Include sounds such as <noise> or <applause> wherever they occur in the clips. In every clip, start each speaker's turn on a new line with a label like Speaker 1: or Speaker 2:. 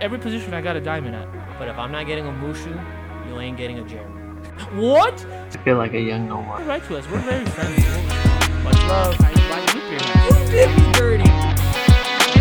Speaker 1: every position I got a diamond at.
Speaker 2: But if I'm not getting a Mushu, you ain't getting a Jeremy.
Speaker 1: What?
Speaker 3: I feel like a young Nomad.
Speaker 1: Write to us. We're very friendly. Much love. I like root beer. man.
Speaker 2: dirty.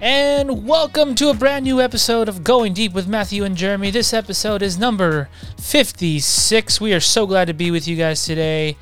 Speaker 1: And welcome to a brand new episode of Going Deep with Matthew and Jeremy. This episode is number 56. We are so glad to be with you guys today.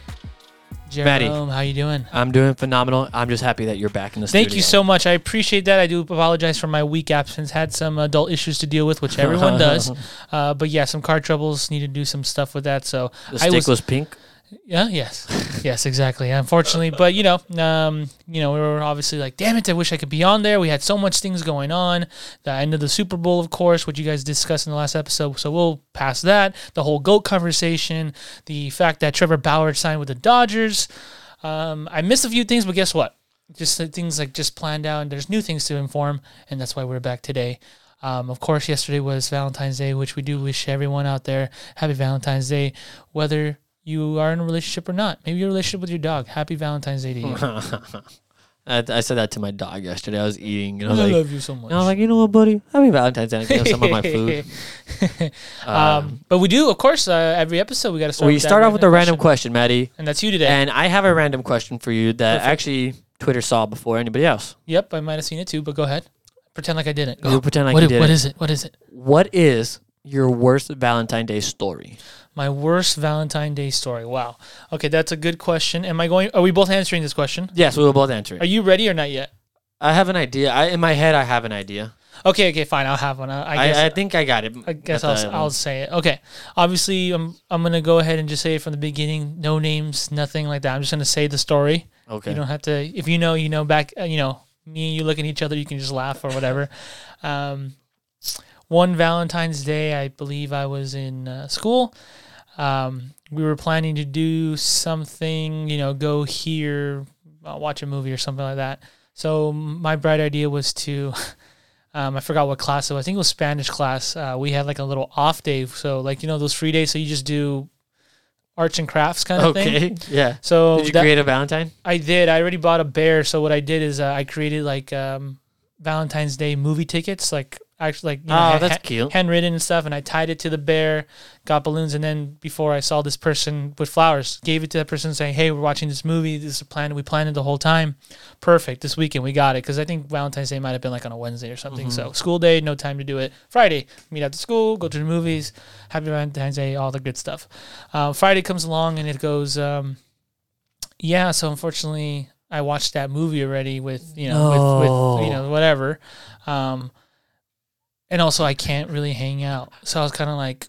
Speaker 2: Matty.
Speaker 1: Jeremy, how you doing?
Speaker 2: I'm doing phenomenal. I'm just happy that you're back in the studio.
Speaker 1: Thank you so much. I appreciate that. I do apologize for my week absence. Had some adult issues to deal with,
Speaker 2: <laughs>
Speaker 1: which everyone does. Uh, but yeah, some car troubles. Need to do some stuff with that. So
Speaker 2: The
Speaker 1: I
Speaker 2: stick
Speaker 1: was,
Speaker 2: was pink.
Speaker 1: yeah, yes, yes, exactly. Unfortunately, but you know, um, you know, we were obviously like, damn it, I wish I could be on there. We had so much things going on. The end of the Super Bowl, of course, which you guys discussed in the last episode. So we'll pass that. The whole goat conversation. The fact that Trevor Bauer signed with the Dodgers. Um, I missed a few things, but guess what? Just the things like just planned out, and there's new things to inform, and that's why we're back today. Um, of course, yesterday was Valentine's Day, which we do wish everyone out there happy Valentine's Day, whether you are in a relationship or not. Maybe your relationship with your dog. Happy Valentine's Day
Speaker 2: <laughs>
Speaker 1: to you.
Speaker 2: I, I said that to my dog yesterday. I was eating, and I
Speaker 1: I
Speaker 2: was like,
Speaker 1: love you so much.
Speaker 2: and I was like, you know what, buddy? Happy Valentine's Day. I gave him some of my food.
Speaker 1: <laughs> um, but we do, of course, uh, every episode we got to start.
Speaker 2: we
Speaker 1: with that
Speaker 2: start off with a random question, Maddie,
Speaker 1: and that's you today.
Speaker 2: and I have a random question for you that
Speaker 1: Perfect.
Speaker 2: actually Twitter saw before anybody else.
Speaker 1: yep, I might have seen it too, but go ahead. Pretend like I didn't.
Speaker 2: You pretend like
Speaker 1: Oh, What
Speaker 2: you
Speaker 1: i-
Speaker 2: did
Speaker 1: what
Speaker 2: it.
Speaker 1: is it? What is it?
Speaker 2: What is your worst Valentine's Day story?
Speaker 1: My worst Valentine's Day story. Wow. Okay, that's a good question. Am I going? Are we both answering this question?
Speaker 2: Yes, we will both answer. it.
Speaker 1: Are you ready or not yet?
Speaker 2: I have an idea. I, in my head, I have an idea.
Speaker 1: Okay, okay, fine. I'll have one. I, I
Speaker 2: I,
Speaker 1: guess
Speaker 2: I, think I got it.
Speaker 1: I guess
Speaker 2: At
Speaker 1: I'll,
Speaker 2: the-
Speaker 1: I'll say it. Okay. Obviously, I'm I'm gonna go ahead and just say it from the beginning. No names, nothing like that. I'm just gonna say the story.
Speaker 2: okay. <laughs>
Speaker 1: You don't have to. If you know, you know. Back, uh, you know, me and you look at each other. You can just laugh or
Speaker 2: <laughs>
Speaker 1: whatever. um, one Valentine's Day, I believe I was in uh, school. Um, we were planning to do something. You know, go here, uh, watch a movie or something like that. So my bright idea was to. <laughs> Um, I forgot what class it was. I think it was Spanish class. Uh, we had like a little off day. So like you know those free days. So you just do arts and crafts kind of thing.
Speaker 2: <laughs> okay. Yeah.
Speaker 1: So
Speaker 2: Did you
Speaker 1: that-
Speaker 2: create a Valentine?
Speaker 1: I did. I already bought a bear. So what I did is uh, I created like um, Valentine's Day movie tickets, like actually like you
Speaker 2: Oh,
Speaker 1: ha-
Speaker 2: that's
Speaker 1: ha-
Speaker 2: cute.
Speaker 1: handwritten and stuff. And I tied it to the bear, got balloons, and then before I saw this person with flowers, gave it to that person saying, "Hey, we're watching this movie. This is planned. We planned it the whole time. Perfect. This weekend we got it because I think Valentine's Day might have been like on a Wednesday or something. So school day, no time to do it. Friday, meet at the school, go to the movies, happy Valentine's Day, all the good stuff. Uh, Friday comes along and it goes. Um, yeah, so unfortunately, I watched that movie already with you know with, with you
Speaker 2: No.
Speaker 1: know whatever, um, and also I can't really hang out. So I was kind of like,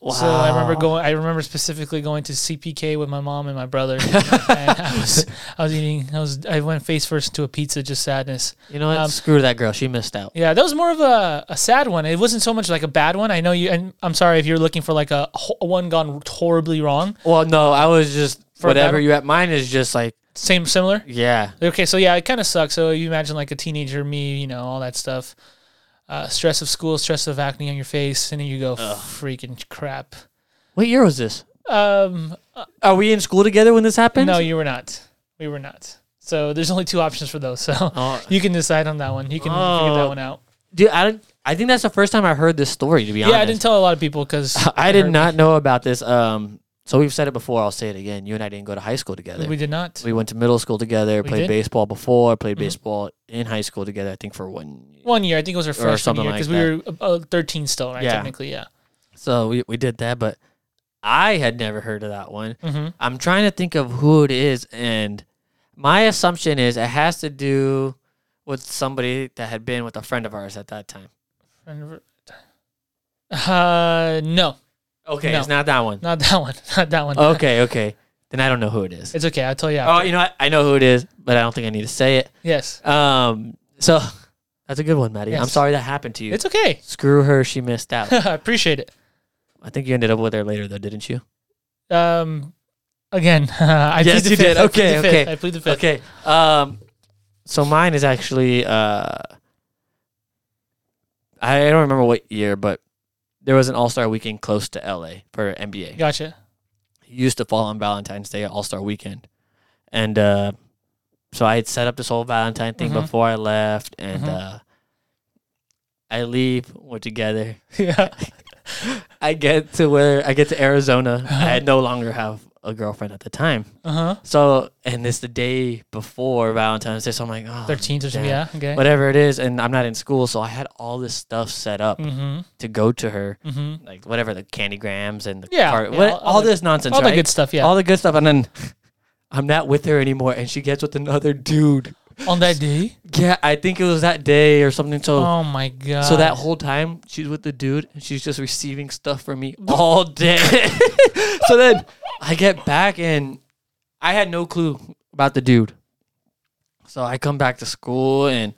Speaker 2: Wow.
Speaker 1: so I remember going. I remember specifically going to CPK with my mom and my brother. and I was I was eating. I was I went face first into a pizza, just sadness.
Speaker 2: You know what?
Speaker 1: um,
Speaker 2: Screw that girl. She missed out.
Speaker 1: Yeah, that was more of a, a sad one. It wasn't so much like a bad one. I know you, and I'm sorry if you're looking for like a, ho- one gone horribly wrong.
Speaker 2: Well, no, I was just
Speaker 1: For
Speaker 2: whatever
Speaker 1: Val-
Speaker 2: you at. Mine is just like
Speaker 1: Same, similar.
Speaker 2: yeah.
Speaker 1: Okay, so yeah, it kind of sucks. So you imagine like a teenager, me, you know, all that stuff. Uh, stress of school, stress of acne on your face, and then you go freaking crap.
Speaker 2: What year was this?
Speaker 1: Um,
Speaker 2: Are we in school together when this happened?
Speaker 1: no, you were not. We were not. So there's only two options for those. <laughs> So
Speaker 2: Oh.
Speaker 1: you can decide on that one. You can figure that
Speaker 2: Oh.
Speaker 1: one out.
Speaker 2: dude. I don't. I think that's the first time I heard this story. To be honest,
Speaker 1: Yeah, I didn't tell a lot of people because
Speaker 2: <laughs> I did not know about this. Um, so we've said it before. I'll say it again. You and I didn't go to high school together.
Speaker 1: We did not.
Speaker 2: We went to middle school together.
Speaker 1: We
Speaker 2: played
Speaker 1: did?
Speaker 2: baseball before. Played baseball in high school together. I think for one. year.
Speaker 1: One year, I think it was our freshman
Speaker 2: something
Speaker 1: year
Speaker 2: like
Speaker 1: because we were uh, uh, 13 still, right?
Speaker 2: Yeah.
Speaker 1: Technically, yeah.
Speaker 2: So we we did that, but I had never heard of that one.
Speaker 1: hmm
Speaker 2: I'm trying to think of who it is, and my assumption is it has to do with somebody that had been with a friend of ours at that time.
Speaker 1: Uh, no,
Speaker 2: Okay,
Speaker 1: No.
Speaker 2: it's not that one.
Speaker 1: not that one. <laughs> Not that
Speaker 2: <laughs>
Speaker 1: one.
Speaker 2: Okay, okay, then I don't know who it is.
Speaker 1: It's okay. I'll tell you. After.
Speaker 2: Oh, you know what? I know who it is, but I don't think I need to say it.
Speaker 1: yes.
Speaker 2: Um, so <laughs> that's a good one, Maddie. I'm
Speaker 1: Yes.
Speaker 2: sorry that happened to you.
Speaker 1: It's okay. <laughs>
Speaker 2: Screw her, she missed out.
Speaker 1: I appreciate it.
Speaker 2: I think you ended up with her later, though, didn't you?
Speaker 1: Um, again, <laughs> I
Speaker 2: Yes,
Speaker 1: plead the
Speaker 2: you
Speaker 1: fifth.
Speaker 2: did.
Speaker 1: I plead
Speaker 2: Okay,
Speaker 1: the fifth.
Speaker 2: okay.
Speaker 1: I plead the fifth.
Speaker 2: Okay. Um, so mine is actually uh, I don't remember what year, but there was an All Star Weekend close to LA for NBA.
Speaker 1: Gotcha. <laughs>
Speaker 2: It used to fall on Valentine's Day, All Star Weekend, and uh, so I had set up this whole Valentine thing
Speaker 1: Mhm.
Speaker 2: before I left, and
Speaker 1: Mhm.
Speaker 2: uh, I leave. We're together. <laughs>
Speaker 1: Yeah.
Speaker 2: I get to where I get to Arizona. I had no longer have a girlfriend at the time.
Speaker 1: Uh huh.
Speaker 2: So, and it's the day before Valentine's Day. So I'm like, oh,
Speaker 1: Thirteenth or something.
Speaker 2: damn.
Speaker 1: Yeah. Okay.
Speaker 2: Whatever it is. And I'm not in school. So I had all this stuff set up
Speaker 1: Mm-hmm.
Speaker 2: to go to her,
Speaker 1: Mm-hmm.
Speaker 2: like whatever the candy grams and the
Speaker 1: Yeah,
Speaker 2: card-
Speaker 1: yeah,
Speaker 2: what,
Speaker 1: all-
Speaker 2: all,
Speaker 1: all the-
Speaker 2: this nonsense.
Speaker 1: All the
Speaker 2: right?
Speaker 1: good stuff. Yeah.
Speaker 2: All the good stuff. And then <laughs> I'm not with her anymore. And she gets with another dude.
Speaker 1: On that day.
Speaker 2: Yeah. I think it was that day or something. So.
Speaker 1: Oh my god.
Speaker 2: So that whole time she's with the dude and she's just receiving stuff from me all
Speaker 1: <laughs>
Speaker 2: day. so then I get back and I had no clue about the dude. So I come back to school and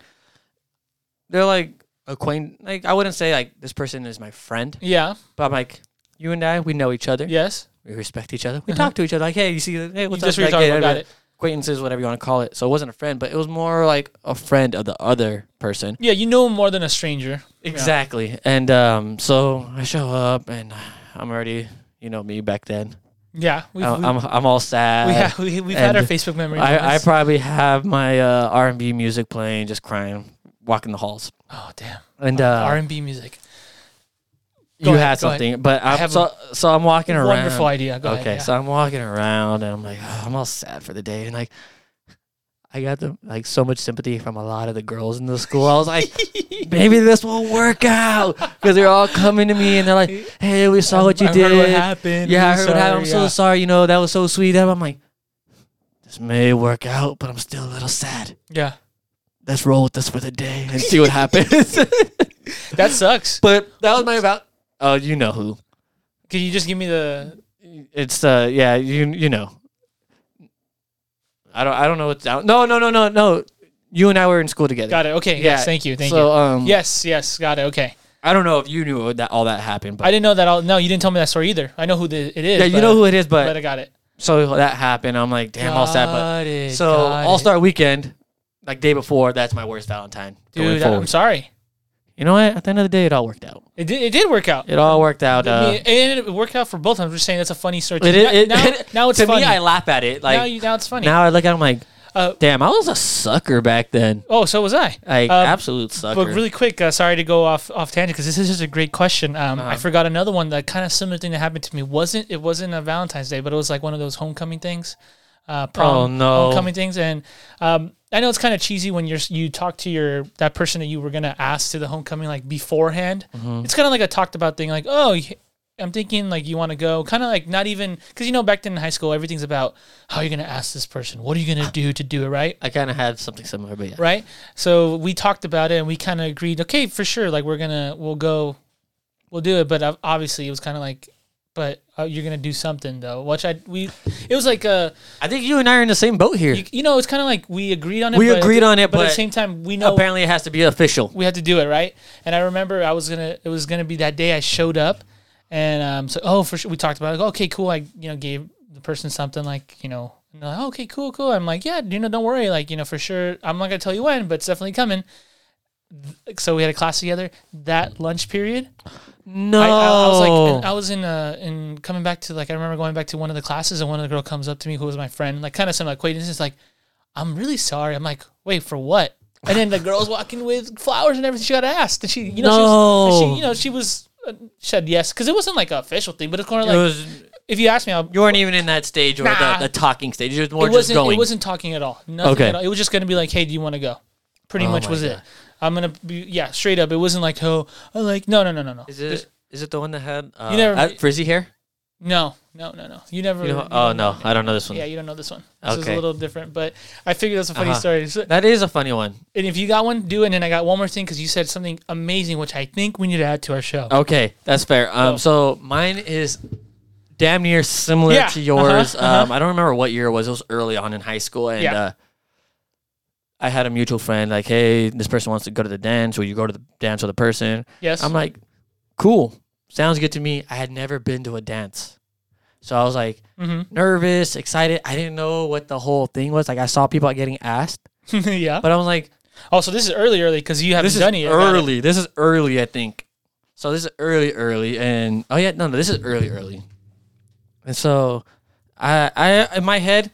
Speaker 2: they're like acquaint like I wouldn't say like this person is my friend,
Speaker 1: Yeah.
Speaker 2: but I'm like you and I we know each other.
Speaker 1: Yes.
Speaker 2: We respect each other. We
Speaker 1: Uh-huh.
Speaker 2: talk to each other like hey, you see hey what's
Speaker 1: you just
Speaker 2: up?
Speaker 1: reached
Speaker 2: Like,
Speaker 1: out.
Speaker 2: yeah,
Speaker 1: Got it.
Speaker 2: Acquaintances, whatever you want to call it. So it wasn't a friend, but it was more like a friend of the other person.
Speaker 1: Yeah, you know more than a stranger.
Speaker 2: Exactly. And um, so I show up and I'm already, you know, me back then.
Speaker 1: Yeah. We've,
Speaker 2: I'm, I'm, I'm all sad.
Speaker 1: we have, <laughs> we, we've had our
Speaker 2: and
Speaker 1: Facebook memories. on
Speaker 2: I, I
Speaker 1: this.
Speaker 2: probably have my uh, R&B music playing, just crying, walking the halls.
Speaker 1: oh damn.
Speaker 2: And uh,
Speaker 1: R&B music.
Speaker 2: you
Speaker 1: ahead,
Speaker 2: had
Speaker 1: go ahead.
Speaker 2: something, but I'm,
Speaker 1: have
Speaker 2: so, so I'm walking around.
Speaker 1: Wonderful idea. Go
Speaker 2: okay,
Speaker 1: ahead. yeah.
Speaker 2: so I'm walking around and I'm like, "Oh, I'm all sad for the day, and like, I got the like so much sympathy from a lot of the girls in the school. I was <laughs> like, maybe this will work out because they're all coming to me and they're like, hey, we saw what you
Speaker 1: I
Speaker 2: did.
Speaker 1: heard what happened.
Speaker 2: yeah, I
Speaker 1: I'm
Speaker 2: heard what happened. I'm
Speaker 1: sorry,
Speaker 2: so sorry. You know, that was so sweet. I'm like, this may work out, but I'm still a little sad.
Speaker 1: yeah.
Speaker 2: Let's roll with this for the day and see what happens. <laughs>
Speaker 1: yeah. That sucks.
Speaker 2: but that was my about. Oh, you know who?
Speaker 1: Can you just give me the
Speaker 2: It's uh yeah, you you know. I don't I don't know what's out. No, no, no, no, no. You and I were in school together.
Speaker 1: Got it. Okay.
Speaker 2: Yeah.
Speaker 1: Yes, thank you. Thank
Speaker 2: so um
Speaker 1: you. Yes, yes, got it. Okay.
Speaker 2: I don't know if you knew that all that happened, but
Speaker 1: I didn't know that all No, you didn't tell me that story either. I know who the, it is.
Speaker 2: yeah, you
Speaker 1: but-
Speaker 2: know who it is, but,
Speaker 1: but I got it.
Speaker 2: so that happened. I'm like, damn, all sad, but
Speaker 1: Got it,
Speaker 2: so
Speaker 1: got it.
Speaker 2: All Star Weekend, like day before, that's my worst Valentine. going
Speaker 1: Dude, I- I'm
Speaker 2: forward.
Speaker 1: sorry.
Speaker 2: you know what? At the end of the day, it all worked out.
Speaker 1: It did it did work out.
Speaker 2: It all worked out.
Speaker 1: I
Speaker 2: Uh,
Speaker 1: <laughs> mean, and it worked out for both. I'm just saying that's a funny story.
Speaker 2: it,
Speaker 1: now,
Speaker 2: it, <laughs>
Speaker 1: now,
Speaker 2: it-
Speaker 1: now it's
Speaker 2: to
Speaker 1: funny.
Speaker 2: me. I laugh at it.
Speaker 1: now,
Speaker 2: Like
Speaker 1: you, now it's funny.
Speaker 2: now I look at it, I'm like,
Speaker 1: Uh,
Speaker 2: damn, I was a sucker back then.
Speaker 1: oh, so was I.
Speaker 2: Like
Speaker 1: Um,
Speaker 2: absolute sucker.
Speaker 1: But really quick, uh, sorry to go off off tangent because this is just a great question. Um, I
Speaker 2: Uh-huh.
Speaker 1: forgot another one that kind of similar thing that happened to me wasn't it wasn't a Valentine's Day, but it was like one of those homecoming things, uh, prom
Speaker 2: Oh, no.
Speaker 1: homecoming things. And um, I know it's kind of cheesy when you're you talk to your that person that you were gonna ask to the homecoming like beforehand.
Speaker 2: Mm-hmm.
Speaker 1: It's kind of like a talked about thing, like oh. y- I'm thinking like you want to go, kind of like not even because you know back then in high school everything's about how you're gonna ask this person, what are you gonna do to do it right,
Speaker 2: I kind of had something similar, but yeah.
Speaker 1: right? So we talked about it and we kind of agreed, okay, for sure, like we're gonna we'll go, we'll do it. But ob- obviously, it was kind of like, but uh, you're gonna do something though, which I we it was like uh
Speaker 2: I think you and I are in the same boat here.
Speaker 1: you, you know it's kind of like we agreed on it.
Speaker 2: We
Speaker 1: but-
Speaker 2: agreed on it,
Speaker 1: but, at
Speaker 2: but
Speaker 1: the same time we know
Speaker 2: Apparently, it has to be official.
Speaker 1: we had to do it right. And I remember I was gonna it was gonna be that day I showed up, and um so oh for sure we talked about it. okay cool I you know gave the person something like you know. and they're like, "Oh, okay, cool, cool. I'm like, yeah, you know, don't worry. Like, you know, for sure, I'm not gonna tell you when, but it's definitely coming. Th- So we had a class together. That lunch period,
Speaker 2: No,
Speaker 1: I, I, I was like,
Speaker 2: Oh.
Speaker 1: and I was in uh in coming back to like I remember going back to one of the classes and one of the girl comes up to me who was my friend, like kind of some acquaintance, is like, I'm really sorry. I'm like, wait for what? And then the girl's walking with flowers and everything. She got asked, and she you know she, was,
Speaker 2: No.
Speaker 1: she you know she was uh, said yes because it wasn't like an official thing, but it's kind of
Speaker 2: it
Speaker 1: like
Speaker 2: was.
Speaker 1: if you ask me, I'll,
Speaker 2: You weren't even in that stage or
Speaker 1: Nah.
Speaker 2: the, the talking stage. It was more
Speaker 1: it
Speaker 2: just
Speaker 1: wasn't
Speaker 2: going.
Speaker 1: it wasn't talking at all. Nothing
Speaker 2: Okay.
Speaker 1: at all. It was just gonna be like, hey, do you want to go? Pretty
Speaker 2: Oh
Speaker 1: much
Speaker 2: my
Speaker 1: was it.
Speaker 2: God.
Speaker 1: I'm gonna be yeah straight up. It wasn't like oh I like no no no no no.
Speaker 2: Is it is it the one that had uh,
Speaker 1: You never-
Speaker 2: uh, frizzy hair?
Speaker 1: No, no, no, no. You never.
Speaker 2: You know-
Speaker 1: you
Speaker 2: oh
Speaker 1: never-
Speaker 2: no, I don't know this one.
Speaker 1: Yeah, you don't know this one. This is a
Speaker 2: Okay.
Speaker 1: little different, but I figured that's a funny
Speaker 2: Uh-huh.
Speaker 1: story. So-
Speaker 2: That is a funny one.
Speaker 1: and if you got one, do it. And then I got one more thing because you said something amazing, which I think we need to add to our show.
Speaker 2: Okay, that's fair. Um,
Speaker 1: Go.
Speaker 2: so mine is damn near similar
Speaker 1: Yeah,
Speaker 2: to yours.
Speaker 1: uh-huh, uh-huh.
Speaker 2: Um, I don't remember what year it was. It was early on in high school, and
Speaker 1: Yeah.
Speaker 2: uh, I had a mutual friend like, "Hey, this person wants to go to the dance. Will you go to the dance with the person?"
Speaker 1: Yes.
Speaker 2: I'm like, "Cool, sounds good to me." I had never been to a dance, so I was like
Speaker 1: Mhm.
Speaker 2: nervous, excited. I didn't know what the whole thing was. Like, I saw people getting asked,
Speaker 1: <laughs> yeah.
Speaker 2: but I was like,
Speaker 1: Oh, so this is early, early because you haven't
Speaker 2: this is
Speaker 1: done it yet. Got it.
Speaker 2: early. This is early, I think. So this is early, early, and oh yeah, no, no, this is early, early. And so, I, I in my head,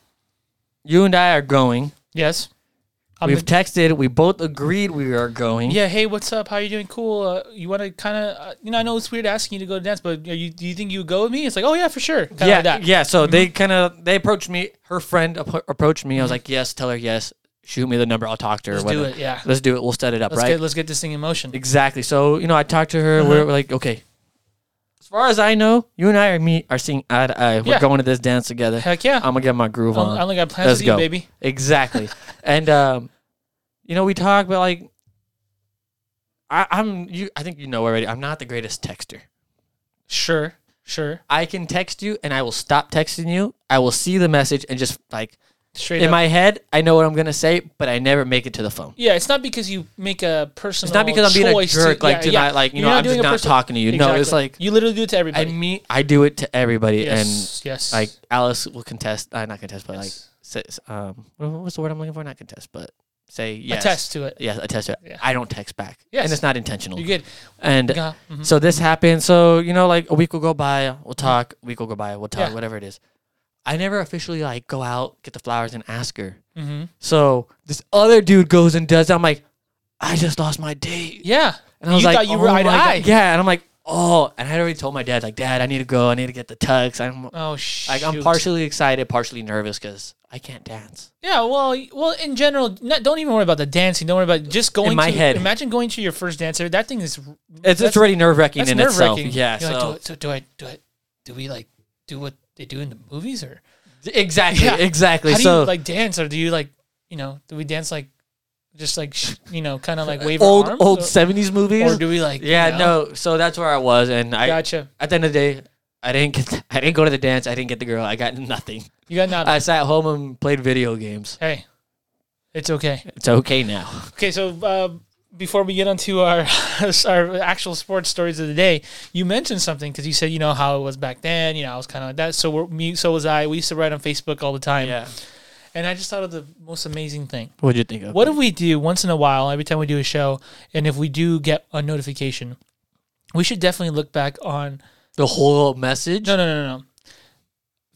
Speaker 2: you and I are going.
Speaker 1: Yes. I'm
Speaker 2: We've texted. We both agreed we are going.
Speaker 1: Yeah. Hey, what's up? How you doing? Cool. Uh, you want to kind of, uh, you know, I know it's weird asking you to go to dance, but are you, do you think you would go with me? It's like, oh yeah, for sure. Kinda
Speaker 2: yeah,
Speaker 1: like that. Mm-hmm.
Speaker 2: yeah. So they kind of they approached me. Her friend ap- approached me. I was like, yes, tell her yes. Shoot me the number. I'll talk to her.
Speaker 1: Let's do
Speaker 2: whatever.
Speaker 1: it, yeah.
Speaker 2: let's do it. We'll set it up.
Speaker 1: Let's
Speaker 2: right.
Speaker 1: get Mm-hmm. let's get this thing in motion.
Speaker 2: Exactly. So you know, I talked to her. We're, we're like, okay. As far as I know, you and I are meet are seeing eye to eye. We're
Speaker 1: Yeah.
Speaker 2: going to this dance together.
Speaker 1: Heck yeah.
Speaker 2: I'm gonna get my groove
Speaker 1: I
Speaker 2: on.
Speaker 1: only got plans
Speaker 2: Let's
Speaker 1: with you,
Speaker 2: go.
Speaker 1: baby.
Speaker 2: Exactly.
Speaker 1: <laughs>
Speaker 2: and um, you know, we talk, but like, I, I'm you. I think you know already. I'm not the greatest texter.
Speaker 1: Sure. Sure.
Speaker 2: I can text you, and I will stop texting you. I will see the message and just like
Speaker 1: Straight
Speaker 2: in
Speaker 1: up.
Speaker 2: my head, I know what I'm gonna say, but I never make it to the phone.
Speaker 1: yeah, it's not because you make a personal.
Speaker 2: It's not because I'm being a
Speaker 1: choice to-
Speaker 2: jerk, like
Speaker 1: yeah,
Speaker 2: to
Speaker 1: yeah.
Speaker 2: not like you
Speaker 1: You're
Speaker 2: know, I'm
Speaker 1: doing
Speaker 2: just
Speaker 1: a
Speaker 2: not
Speaker 1: personal-
Speaker 2: talking to you. No, it's
Speaker 1: Exactly.
Speaker 2: like
Speaker 1: you literally do it to
Speaker 2: I
Speaker 1: everybody.
Speaker 2: mean, I do it to everybody,
Speaker 1: yes. yes.
Speaker 2: and like Alice will contest. Uh, not contest, but
Speaker 1: Yes.
Speaker 2: like says, um, what- what's the word I'm looking for? Not contest, but say yes.
Speaker 1: attest to it.
Speaker 2: Yes, I test it.
Speaker 1: Yeah.
Speaker 2: I don't text back.
Speaker 1: Yes.
Speaker 2: And it's not intentional.
Speaker 1: You good?
Speaker 2: and
Speaker 1: Yeah. Mhm.
Speaker 2: so this happened. So, you know, like a week will go by, we'll talk, a week will go by, we'll talk,
Speaker 1: Mm-hmm. Yeah.
Speaker 2: whatever it is. I never officially like go out, get the flowers and ask her.
Speaker 1: Mhm.
Speaker 2: So this other dude goes and does that. I'm like, I just lost my date.
Speaker 1: Yeah.
Speaker 2: And I was
Speaker 1: you
Speaker 2: like,
Speaker 1: thought you
Speaker 2: oh
Speaker 1: were eye to
Speaker 2: my God.
Speaker 1: eye.
Speaker 2: Yeah. And I'm like, oh. And I had already told my dad, like, Dad, I need to go. I need to get the tux. I'm
Speaker 1: Oh shit.
Speaker 2: like, I'm partially excited, partially nervous because I can't dance.
Speaker 1: Yeah, well, y- well. In general, not, don't even worry about the dancing. Don't worry about just going.
Speaker 2: my
Speaker 1: to,
Speaker 2: head.
Speaker 1: imagine going to your first dancer. That thing is
Speaker 2: It's, it's
Speaker 1: That's-
Speaker 2: already nerve wracking
Speaker 1: that's
Speaker 2: in
Speaker 1: nerve
Speaker 2: itself.
Speaker 1: wracking.
Speaker 2: Yeah.
Speaker 1: You're
Speaker 2: so
Speaker 1: like, do, I- do, do I do I do we like do what they do in the movies or
Speaker 2: Exactly.
Speaker 1: Yeah.
Speaker 2: Exactly.
Speaker 1: how do
Speaker 2: so
Speaker 1: you like dance or do you like you know do we dance like just like sh- you know kind of like wave
Speaker 2: old
Speaker 1: our arms
Speaker 2: old
Speaker 1: or,
Speaker 2: seventies movies.
Speaker 1: or do we like
Speaker 2: yeah,
Speaker 1: you know?
Speaker 2: no. So that's where I was, and I
Speaker 1: Gotcha.
Speaker 2: at the end of the day, I didn't get I didn't go to the dance. I didn't get the girl. I got nothing.
Speaker 1: You got not.
Speaker 2: I sat home and played video games.
Speaker 1: hey, it's okay.
Speaker 2: It's okay now.
Speaker 1: Okay, so uh, before we get onto our <laughs> our actual sports stories of the day, you mentioned something because you said you know how it was back then. You know, I was kind of like that. So we're, me, so was I. We used to write on Facebook all the time, and I just thought of the most amazing thing.
Speaker 2: What'd you think of?
Speaker 1: What if we do once in a while, every time we do a show, and if we do get a notification, we should definitely look back on.
Speaker 2: the whole message?
Speaker 1: No, no, no, no, no.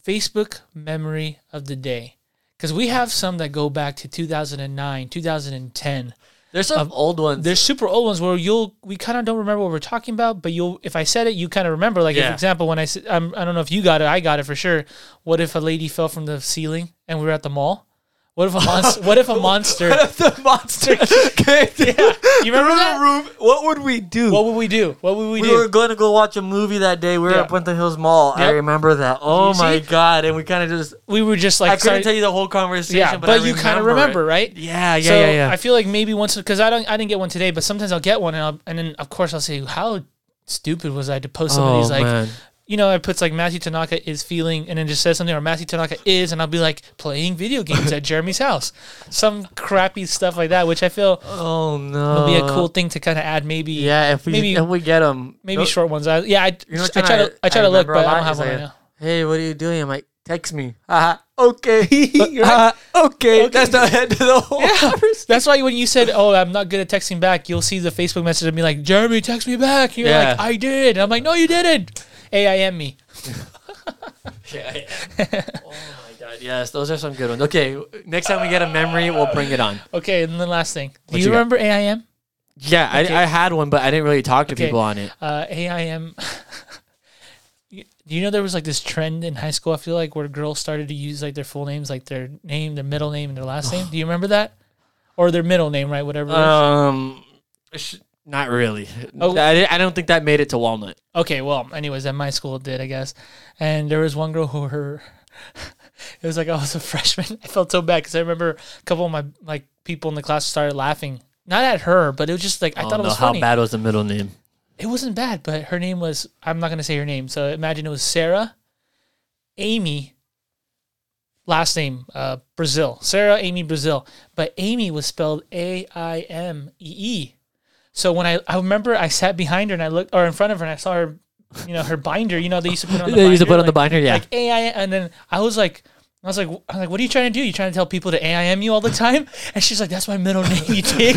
Speaker 1: Facebook memory of the day. Because we have some that go back to 2009, 2010.
Speaker 2: There's some old ones.
Speaker 1: There's super old ones where you'll we kind of don't remember what we're talking about, but you'll if I said it, you kind of remember. Like
Speaker 2: Yeah.
Speaker 1: for example, when I said I'm, I don't know if you got it, I got it for sure. What if a lady fell from the ceiling and we were at the mall? What if a monster? what if a
Speaker 2: <laughs>
Speaker 1: monster?
Speaker 2: the <laughs> monster came through
Speaker 1: You
Speaker 2: <laughs>
Speaker 1: remember
Speaker 2: the
Speaker 1: that?
Speaker 2: room. What would we do?
Speaker 1: What would we do? What would we,
Speaker 2: we
Speaker 1: do?
Speaker 2: were going to go watch a movie that day. We were
Speaker 1: Yeah.
Speaker 2: at Winter Hills Mall. I
Speaker 1: Yep.
Speaker 2: remember that. Oh
Speaker 1: You
Speaker 2: my
Speaker 1: see?
Speaker 2: god! And we kind of just.
Speaker 1: we were just like
Speaker 2: I couldn't
Speaker 1: started-
Speaker 2: tell you the whole conversation,
Speaker 1: yeah,
Speaker 2: but,
Speaker 1: but,
Speaker 2: I
Speaker 1: you kind of
Speaker 2: remember it.
Speaker 1: remember, right?
Speaker 2: Yeah, yeah,
Speaker 1: so
Speaker 2: yeah, yeah.
Speaker 1: I feel like maybe once because I don't I didn't get one today, but sometimes I'll get one and I'll, and then of course I'll say how stupid was I to post some of
Speaker 2: Oh,
Speaker 1: these like you know, it puts like Matthew Tanaka is feeling, and then just says something, or Matthew Tanaka is, and I'll be like playing video
Speaker 2: <laughs>
Speaker 1: games at Jeremy's house, some crappy stuff like that, which I feel
Speaker 2: Oh no!
Speaker 1: would be a cool thing to kind of add, maybe,
Speaker 2: Yeah, if we
Speaker 1: maybe-
Speaker 2: if we get them,
Speaker 1: maybe short ones. I, yeah, I,
Speaker 2: You know what's
Speaker 1: I try
Speaker 2: funny?
Speaker 1: to, I try to look,
Speaker 2: remember
Speaker 1: but
Speaker 2: a
Speaker 1: I
Speaker 2: lot.
Speaker 1: don't have
Speaker 2: He's
Speaker 1: one
Speaker 2: like,
Speaker 1: right now.
Speaker 2: Hey, what are you doing? I'm like, text me. Haha, okay. <laughs>
Speaker 1: You're right.
Speaker 2: Haha, okay.
Speaker 1: Uh, Okay.
Speaker 2: That's the end of the whole. conversation.
Speaker 1: <laughs> That's why when you said, "Oh, I'm not good at texting back," you'll see the Facebook message and be like, "Jeremy, text me back." You're
Speaker 2: Yeah.
Speaker 1: like, "I did." And I'm like, "No, you didn't." AIM me.
Speaker 2: oh my god! <laughs> Yes, those are some good ones. Okay, next time we get a memory, we'll bring it on.
Speaker 1: Okay, and then last thing. Do
Speaker 2: What
Speaker 1: you,
Speaker 2: you got?
Speaker 1: remember AIM?
Speaker 2: Yeah,
Speaker 1: Okay.
Speaker 2: I, I had one, but I didn't really talk to
Speaker 1: Okay.
Speaker 2: people on it.
Speaker 1: uh, AIM. You- Do <laughs> you know there was like this trend in high school? I feel like where girls started to use like their full names, like their name, their middle name, and their last name. Do you remember that? Or their middle name, right? Whatever. it is.
Speaker 2: Um, sh- not really.
Speaker 1: Oh.
Speaker 2: I, di- I don't think that made it to Walnut.
Speaker 1: Okay, well, anyways, at my school it did, I guess. And there was one girl who her <laughs> it was like I was a <laughs> freshman. I felt so bad because I remember a couple of my like people in the class started laughing. Not at her, but it was just like I
Speaker 2: Oh,
Speaker 1: thought it
Speaker 2: no,
Speaker 1: was
Speaker 2: how
Speaker 1: funny.
Speaker 2: bad was the middle name?
Speaker 1: It wasn't bad, but her name was I'm not gonna say her name. So imagine it was Sarah, Amy, last name uh, Brazil. Sarah Amy Brazil, but Amy was spelled A I M E E. So when I I remember I sat behind her and I looked or in front of her and I saw her, you know her binder. You know they used to put it on the
Speaker 2: They
Speaker 1: binder,
Speaker 2: used to put on the
Speaker 1: like-
Speaker 2: binder. Yeah,
Speaker 1: like AI, and then I was like, I was like, wh- I was like, what are you trying to do? You trying to tell people to AIM you all the time? And she's like, that's my middle name, <laughs> you dick.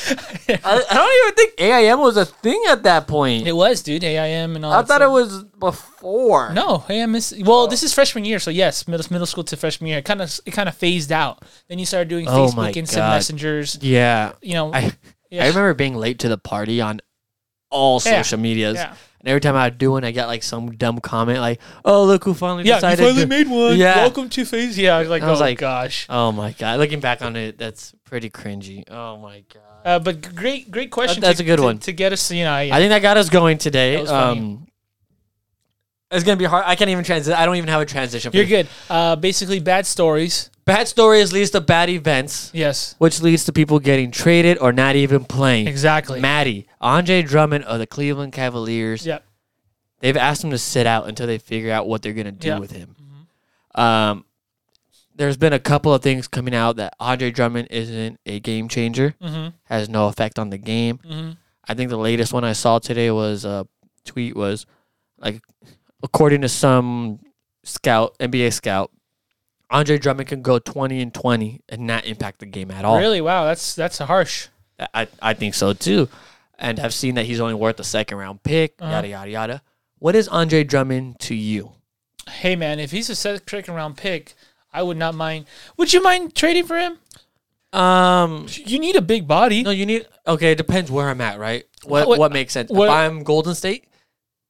Speaker 2: I, I don't even think AIM was a thing at that point.
Speaker 1: it was, dude, AIM and all.
Speaker 2: I
Speaker 1: that
Speaker 2: thought
Speaker 1: stuff.
Speaker 2: it was before.
Speaker 1: No, AIM is
Speaker 2: Oh.
Speaker 1: well. This is freshman year, so yes, middle middle school to freshman year. It kind of it kind of phased out. Then you started doing
Speaker 2: Oh my
Speaker 1: Facebook instant
Speaker 2: God.
Speaker 1: messengers.
Speaker 2: Yeah.
Speaker 1: You know,
Speaker 2: I
Speaker 1: Yeah.
Speaker 2: I remember being late to the party on all
Speaker 1: Yeah.
Speaker 2: social medias.
Speaker 1: yeah,
Speaker 2: And every time I would do one, I got like some dumb comment like, "Oh, look who finally
Speaker 1: yeah. You
Speaker 2: decided."
Speaker 1: finally
Speaker 2: to-"
Speaker 1: made one.
Speaker 2: Yeah.
Speaker 1: Welcome to phase. Yeah, I was like,
Speaker 2: I was
Speaker 1: oh
Speaker 2: like-
Speaker 1: gosh.
Speaker 2: oh my god! Looking back on it, that's pretty cringy. Oh my god!
Speaker 1: Uh, but g- great, great question.
Speaker 2: that's
Speaker 1: to-
Speaker 2: a good
Speaker 1: to-
Speaker 2: one.
Speaker 1: to get us. You know, yeah.
Speaker 2: I think that got us going today.
Speaker 1: That was funny.
Speaker 2: Um, it's gonna be hard. I can't even transit. I don't even have a transition. for
Speaker 1: you're
Speaker 2: this.
Speaker 1: good. Uh, basically, bad stories.
Speaker 2: Bad stories leads to bad events,
Speaker 1: Yes,
Speaker 2: which leads to people getting traded or not even playing.
Speaker 1: exactly.
Speaker 2: Maddie, Andre Drummond of the Cleveland Cavaliers.
Speaker 1: Yep.
Speaker 2: They've asked him to sit out until they figure out what they're gonna do
Speaker 1: Yeah. Mm-hmm.
Speaker 2: with him. Um, there's been a couple of things coming out that Andre Drummond isn't a game changer,
Speaker 1: Mm-hmm.
Speaker 2: has no effect on the game.
Speaker 1: Mm-hmm.
Speaker 2: I think the latest one I saw today was a tweet was like, according to some scout, NBA scout, Andre Drummond can go 20 and 20 and not impact the game at all.
Speaker 1: Really? Wow. That's that's harsh.
Speaker 2: I, I think so too. And I've seen that he's only worth a second round pick,
Speaker 1: Uh-huh.
Speaker 2: yada, yada, yada. What is Andre Drummond to you?
Speaker 1: Hey, man, if he's a second round pick, I would not mind. Would you mind trading for him?
Speaker 2: Um,
Speaker 1: You need a big body.
Speaker 2: No, you need. Okay, it depends where I'm at, right? What
Speaker 1: What-
Speaker 2: what, makes sense?
Speaker 1: what-
Speaker 2: if I'm Golden State,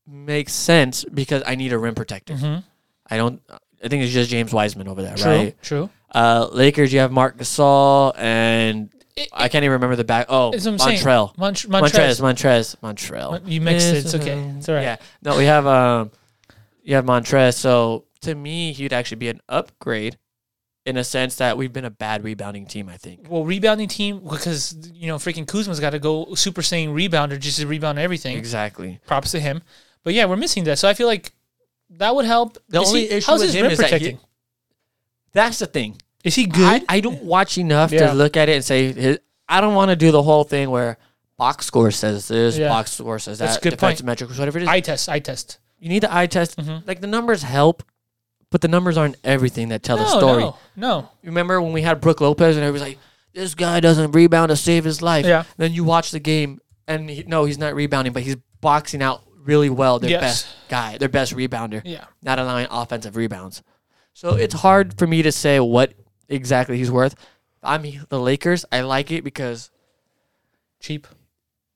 Speaker 2: makes sense because I need a rim protector.
Speaker 1: Mhm.
Speaker 2: I don't. I think it's just James Wiseman over there,
Speaker 1: True.
Speaker 2: right?
Speaker 1: True.
Speaker 2: Uh, Lakers, you have Mark Gasol, and
Speaker 1: It-
Speaker 2: I can't even remember the back. Oh,
Speaker 1: That's what I'm saying.
Speaker 2: Montrell.
Speaker 1: Mont-
Speaker 2: Montrez, Montrez,
Speaker 1: Montrez.
Speaker 2: Montrell.
Speaker 1: You mixed it.
Speaker 2: This
Speaker 1: It's
Speaker 2: is
Speaker 1: okay.
Speaker 2: a-
Speaker 1: It's all right.
Speaker 2: Yeah. No, we have um, you have Montrez. So to me, he'd actually be an upgrade, in a sense that we've been a bad rebounding team. I think.
Speaker 1: Well, rebounding team because you know freaking Kuzma's got to go Super Saiyan rebounder just to rebound everything.
Speaker 2: Exactly.
Speaker 1: Props to him. But yeah, we're missing that, so I feel like that would help.
Speaker 2: The
Speaker 1: Is
Speaker 2: only
Speaker 1: he-
Speaker 2: issue
Speaker 1: how's
Speaker 2: with
Speaker 1: his
Speaker 2: him
Speaker 1: rim
Speaker 2: is that he-
Speaker 1: protecting?
Speaker 2: That's the thing.
Speaker 1: Is he good?
Speaker 2: I, I don't watch enough
Speaker 1: Yeah.
Speaker 2: to look at it and say his, I don't want to do the whole thing where box score says this,
Speaker 1: Yeah.
Speaker 2: box score says that,
Speaker 1: That's a good
Speaker 2: defensive metrics, whatever it is.
Speaker 1: eye test, eye test.
Speaker 2: you need the eye test.
Speaker 1: Mm-hmm.
Speaker 2: Like the numbers help, but the numbers aren't everything that tell the story.
Speaker 1: no, no.
Speaker 2: Remember when we had Brooke Lopez and everybody's like, "This guy doesn't rebound to save his life."
Speaker 1: Yeah.
Speaker 2: Then you watch the game and he, no, he's not rebounding, but he's boxing out really well. Their
Speaker 1: Yes.
Speaker 2: best guy, their best rebounder
Speaker 1: Yeah.
Speaker 2: not allowing offensive rebounds. So it's hard for me to say what exactly he's worth. I'm the Lakers. I like it because
Speaker 1: Cheap.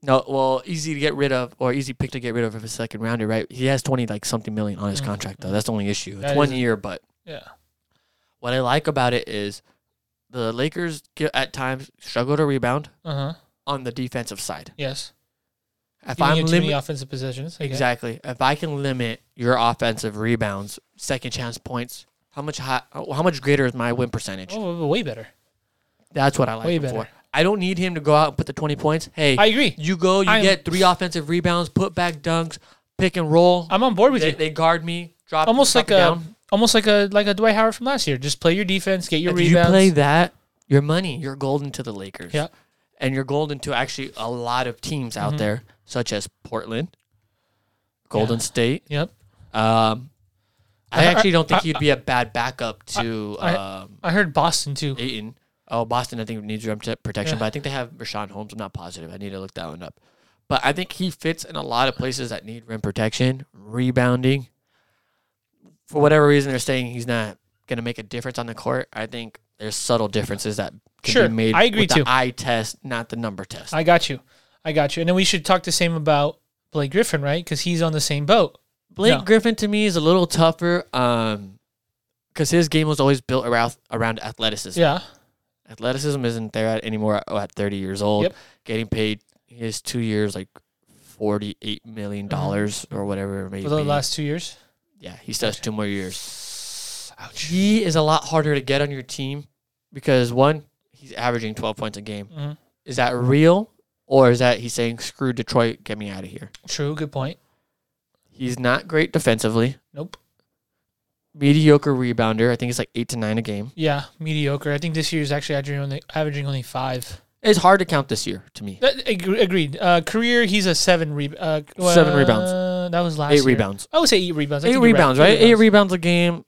Speaker 2: no, well, easy to get rid of or easy pick to get rid of if a second rounder, right? He has twenty like something million on his contract though. That's the only issue. It's
Speaker 1: Mm. That
Speaker 2: one
Speaker 1: is-
Speaker 2: year, but
Speaker 1: Yeah.
Speaker 2: what I like about it is the Lakers get, at times struggle to rebound
Speaker 1: Uh huh.
Speaker 2: on the defensive side.
Speaker 1: Yes.
Speaker 2: If
Speaker 1: Giving
Speaker 2: I'm
Speaker 1: you too many
Speaker 2: limiting
Speaker 1: offensive possessions. okay.
Speaker 2: exactly, if I can limit your offensive rebounds, second chance points, how much high, how much greater is my win percentage?
Speaker 1: Oh, way better.
Speaker 2: That's what I like
Speaker 1: Way
Speaker 2: him
Speaker 1: better.
Speaker 2: for. I don't need him to go out and put the 20 points. Hey,
Speaker 1: I agree.
Speaker 2: you go, you
Speaker 1: I'm-
Speaker 2: get three offensive rebounds, put back dunks, pick and roll.
Speaker 1: I'm on board with
Speaker 2: they,
Speaker 1: you.
Speaker 2: they guard me, drop
Speaker 1: Almost
Speaker 2: drop
Speaker 1: like
Speaker 2: it
Speaker 1: a,
Speaker 2: down.
Speaker 1: almost like a like a Dwight Howard from last year. Just play your defense, get your
Speaker 2: If you
Speaker 1: rebounds.
Speaker 2: play that, your money, you're golden to the Lakers.
Speaker 1: Yeah. Mm-hmm.
Speaker 2: And you're golden to actually a lot of teams out there, such as Portland, Golden State.
Speaker 1: yep.
Speaker 2: Um, I
Speaker 1: I-
Speaker 2: actually don't think
Speaker 1: I-
Speaker 2: he'd be a bad backup to
Speaker 1: I-
Speaker 2: um,
Speaker 1: I heard Boston too.
Speaker 2: Aiton. Oh, Boston, I think needs rim t- protection,
Speaker 1: Yeah.
Speaker 2: but I think they have Rashawn Holmes. I'm not positive. I need to look that one up. But I think he fits in a lot of places that need rim protection, rebounding. For whatever reason, they're saying he's not going to make a difference on the court. I think there's subtle differences that can
Speaker 1: Sure.
Speaker 2: be made
Speaker 1: I agree
Speaker 2: with
Speaker 1: too.
Speaker 2: the eye test, not the number test.
Speaker 1: I got you. I got you. And then we should talk the same about Blake Griffin, right? Because he's on the same boat.
Speaker 2: Blake
Speaker 1: No.
Speaker 2: Griffin to me is a little tougher because his game was always built around around athleticism.
Speaker 1: Yeah.
Speaker 2: athleticism isn't there at anymore at, at 30 years old.
Speaker 1: Yep.
Speaker 2: Getting paid his two years like 48 million dollars or whatever it may
Speaker 1: For the
Speaker 2: be.
Speaker 1: last two years.
Speaker 2: yeah, he still has two more years.
Speaker 1: Ouch.
Speaker 2: He is a lot harder to get on your team because one, he's averaging 12 points a game.
Speaker 1: Mhm.
Speaker 2: Is that real or is that he's saying screw Detroit, get me out of here?
Speaker 1: True. Good point.
Speaker 2: He's not great defensively.
Speaker 1: Nope.
Speaker 2: Mediocre rebounder. I think it's like 8 to 9 a game.
Speaker 1: Yeah, mediocre. I think this year's actually averaging only, averaging only five.
Speaker 2: It's hard to count this year to me.
Speaker 1: That- ag- agreed. Uh, career, he's a seven re- uh,
Speaker 2: Seven rebounds.
Speaker 1: uh, that was last.
Speaker 2: Eight
Speaker 1: year.
Speaker 2: rebounds.
Speaker 1: I would say eight rebounds. I
Speaker 2: Eight
Speaker 1: think you're
Speaker 2: rebounds,
Speaker 1: Eight
Speaker 2: right? Eight rebounds a game.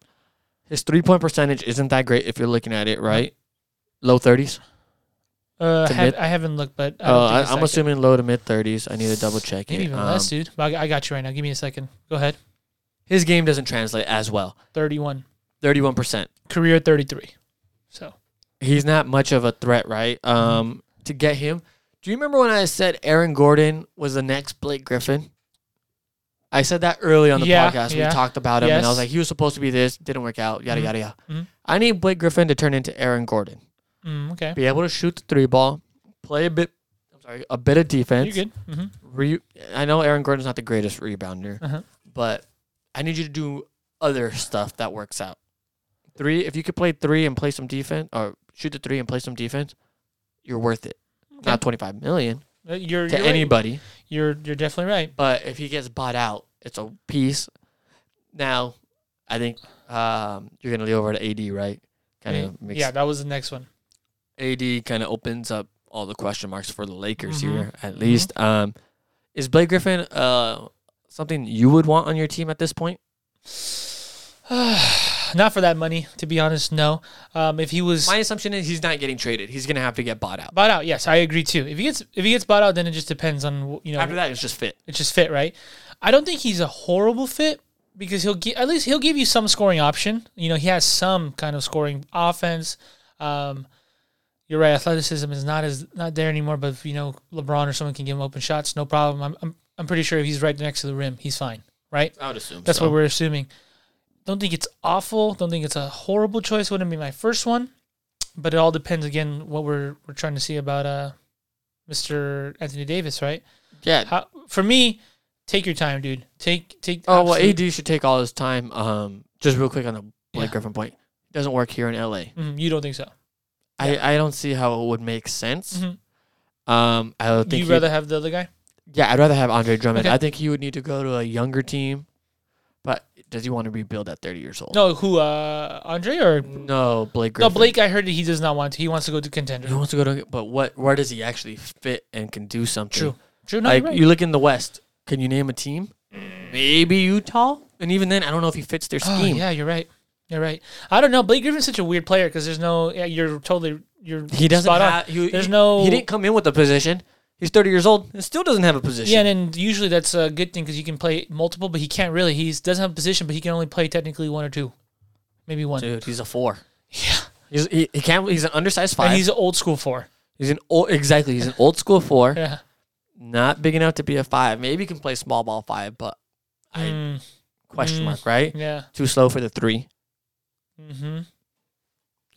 Speaker 2: His three point percentage isn't that great if you're looking at
Speaker 1: Uh-huh.
Speaker 2: it, right? Low 30s.
Speaker 1: Uh,
Speaker 2: to
Speaker 1: have-
Speaker 2: mid-
Speaker 1: I haven't looked, but I
Speaker 2: Oh,
Speaker 1: don't
Speaker 2: I,
Speaker 1: think it's
Speaker 2: I'm
Speaker 1: that good.
Speaker 2: assuming low to mid 30s. I need to double check
Speaker 1: maybe
Speaker 2: it.
Speaker 1: even
Speaker 2: Um,
Speaker 1: less, dude. But I I got you right now. Give me a second. Go ahead.
Speaker 2: his game doesn't translate as well.
Speaker 1: Thirty-one
Speaker 2: 31%.
Speaker 1: career, thirty-three. So
Speaker 2: He's not much of a threat, right?
Speaker 1: Mm-hmm.
Speaker 2: Um, to get him. Do you remember when I said Aaron Gordon was the next Blake Griffin? I said that early on the
Speaker 1: Yeah,
Speaker 2: podcast.
Speaker 1: yeah.
Speaker 2: We talked about him, and I was
Speaker 1: Yes.
Speaker 2: like, he was supposed to be this, didn't work out, yada,
Speaker 1: Mhm.
Speaker 2: yada, yada.
Speaker 1: Mhm.
Speaker 2: I need Blake Griffin to turn into Aaron Gordon.
Speaker 1: mm, okay,
Speaker 2: be able to shoot the three ball, play a bit. I'm sorry, a bit of defense.
Speaker 1: you're good. hmm
Speaker 2: Re- I know Aaron Gordon's not the greatest rebounder,
Speaker 1: Uh-huh.
Speaker 2: but I need you to do other stuff that works out. Three, if you could play three and play some defense, or shoot the three and play some defense, you're worth it. Not 25 million
Speaker 1: Uh, You're
Speaker 2: to
Speaker 1: you're, right.
Speaker 2: anybody,
Speaker 1: you're you're definitely right.
Speaker 2: but if he gets bought out, it's a piece. Now, I think um, you're gonna lead over to AD, right? Kind of makes
Speaker 1: Mm, Mm-hmm. yeah, that was the next one.
Speaker 2: AD kind of opens up all the question marks for the Lakers
Speaker 1: Mhm.
Speaker 2: here, at least. Um, is Blake Griffin uh, something you would want on your team at this point?
Speaker 1: Not for that money, to be honest. No. Um, if he was
Speaker 2: My assumption is he's not getting traded. He's going to have to get bought out.
Speaker 1: bought out, yes, I agree too. If he gets if he gets bought out, then it just depends on you know
Speaker 2: After that, it's just fit.
Speaker 1: It's just fit, right? I don't think he's a horrible fit because he'll gi- at least he'll give you some scoring option. You know, he has some kind of scoring offense. Um, you're right, athleticism is not as not there anymore. But if, you know, LeBron or someone can give him open shots, no problem. I'm I'm, I'm pretty sure if he's right next to the rim, he's fine, right?
Speaker 2: I would assume.
Speaker 1: That's what we're assuming. Don't think it's awful. Don't think it's a horrible choice. Wouldn't be my first one, but it all depends again what we're we're trying to see about uh, Mr. Anthony Davis, right?
Speaker 2: Yeah.
Speaker 1: How, for me, take your time, dude. Take take.
Speaker 2: Oh, well,
Speaker 1: absolute-
Speaker 2: AD should take all his time. Um, just real quick on the Blake
Speaker 1: Yeah.
Speaker 2: Griffin point. Doesn't work here in LA.
Speaker 1: Mhm, you don't think so?
Speaker 2: I, I don't see how it would make sense.
Speaker 1: Mhm.
Speaker 2: Um, I would think
Speaker 1: You'd
Speaker 2: he'd-
Speaker 1: rather have the other guy?
Speaker 2: Yeah, I'd rather have Andre Drummond.
Speaker 1: Okay.
Speaker 2: I think he would need to go to a younger team. But does he want to rebuild at 30 years old?
Speaker 1: No, who? Uh, Andre or
Speaker 2: No, Blake
Speaker 1: no
Speaker 2: Griffin.
Speaker 1: Blake? I heard that he does not want to. He wants to go to contender.
Speaker 2: He wants to go to, but what? Where does he actually fit and can do something?
Speaker 1: True. True. No,
Speaker 2: Like
Speaker 1: you're right.
Speaker 2: you look in the West, can you name a team? Maybe Utah, and even then, I don't know if he fits their
Speaker 1: Oh,
Speaker 2: scheme.
Speaker 1: yeah, you're right. You're right. I don't know. Blake Griffin's such a weird player because there's no. Yeah, you're totally. You're
Speaker 2: He doesn't.
Speaker 1: spot on.
Speaker 2: have, he,
Speaker 1: There's
Speaker 2: he-
Speaker 1: no-
Speaker 2: He didn't come in with a position. He's 30 years old and still doesn't have a position.
Speaker 1: Yeah, and then usually that's a good thing because you can play multiple, but he can't really. He doesn't have a position, but he can only play technically one or two, maybe one.
Speaker 2: dude, he's a four.
Speaker 1: <laughs> Yeah,
Speaker 2: He's he, he can't. He's an undersized five.
Speaker 1: and
Speaker 2: He's,
Speaker 1: he's an old school four.
Speaker 2: an old exactly. He's an old school four.
Speaker 1: Yeah,
Speaker 2: Not big enough to be a five. Maybe he can play small ball five, but I
Speaker 1: Mm,
Speaker 2: question
Speaker 1: Mm.
Speaker 2: mark right.
Speaker 1: yeah.
Speaker 2: Too slow for the three.
Speaker 1: Mm-hmm.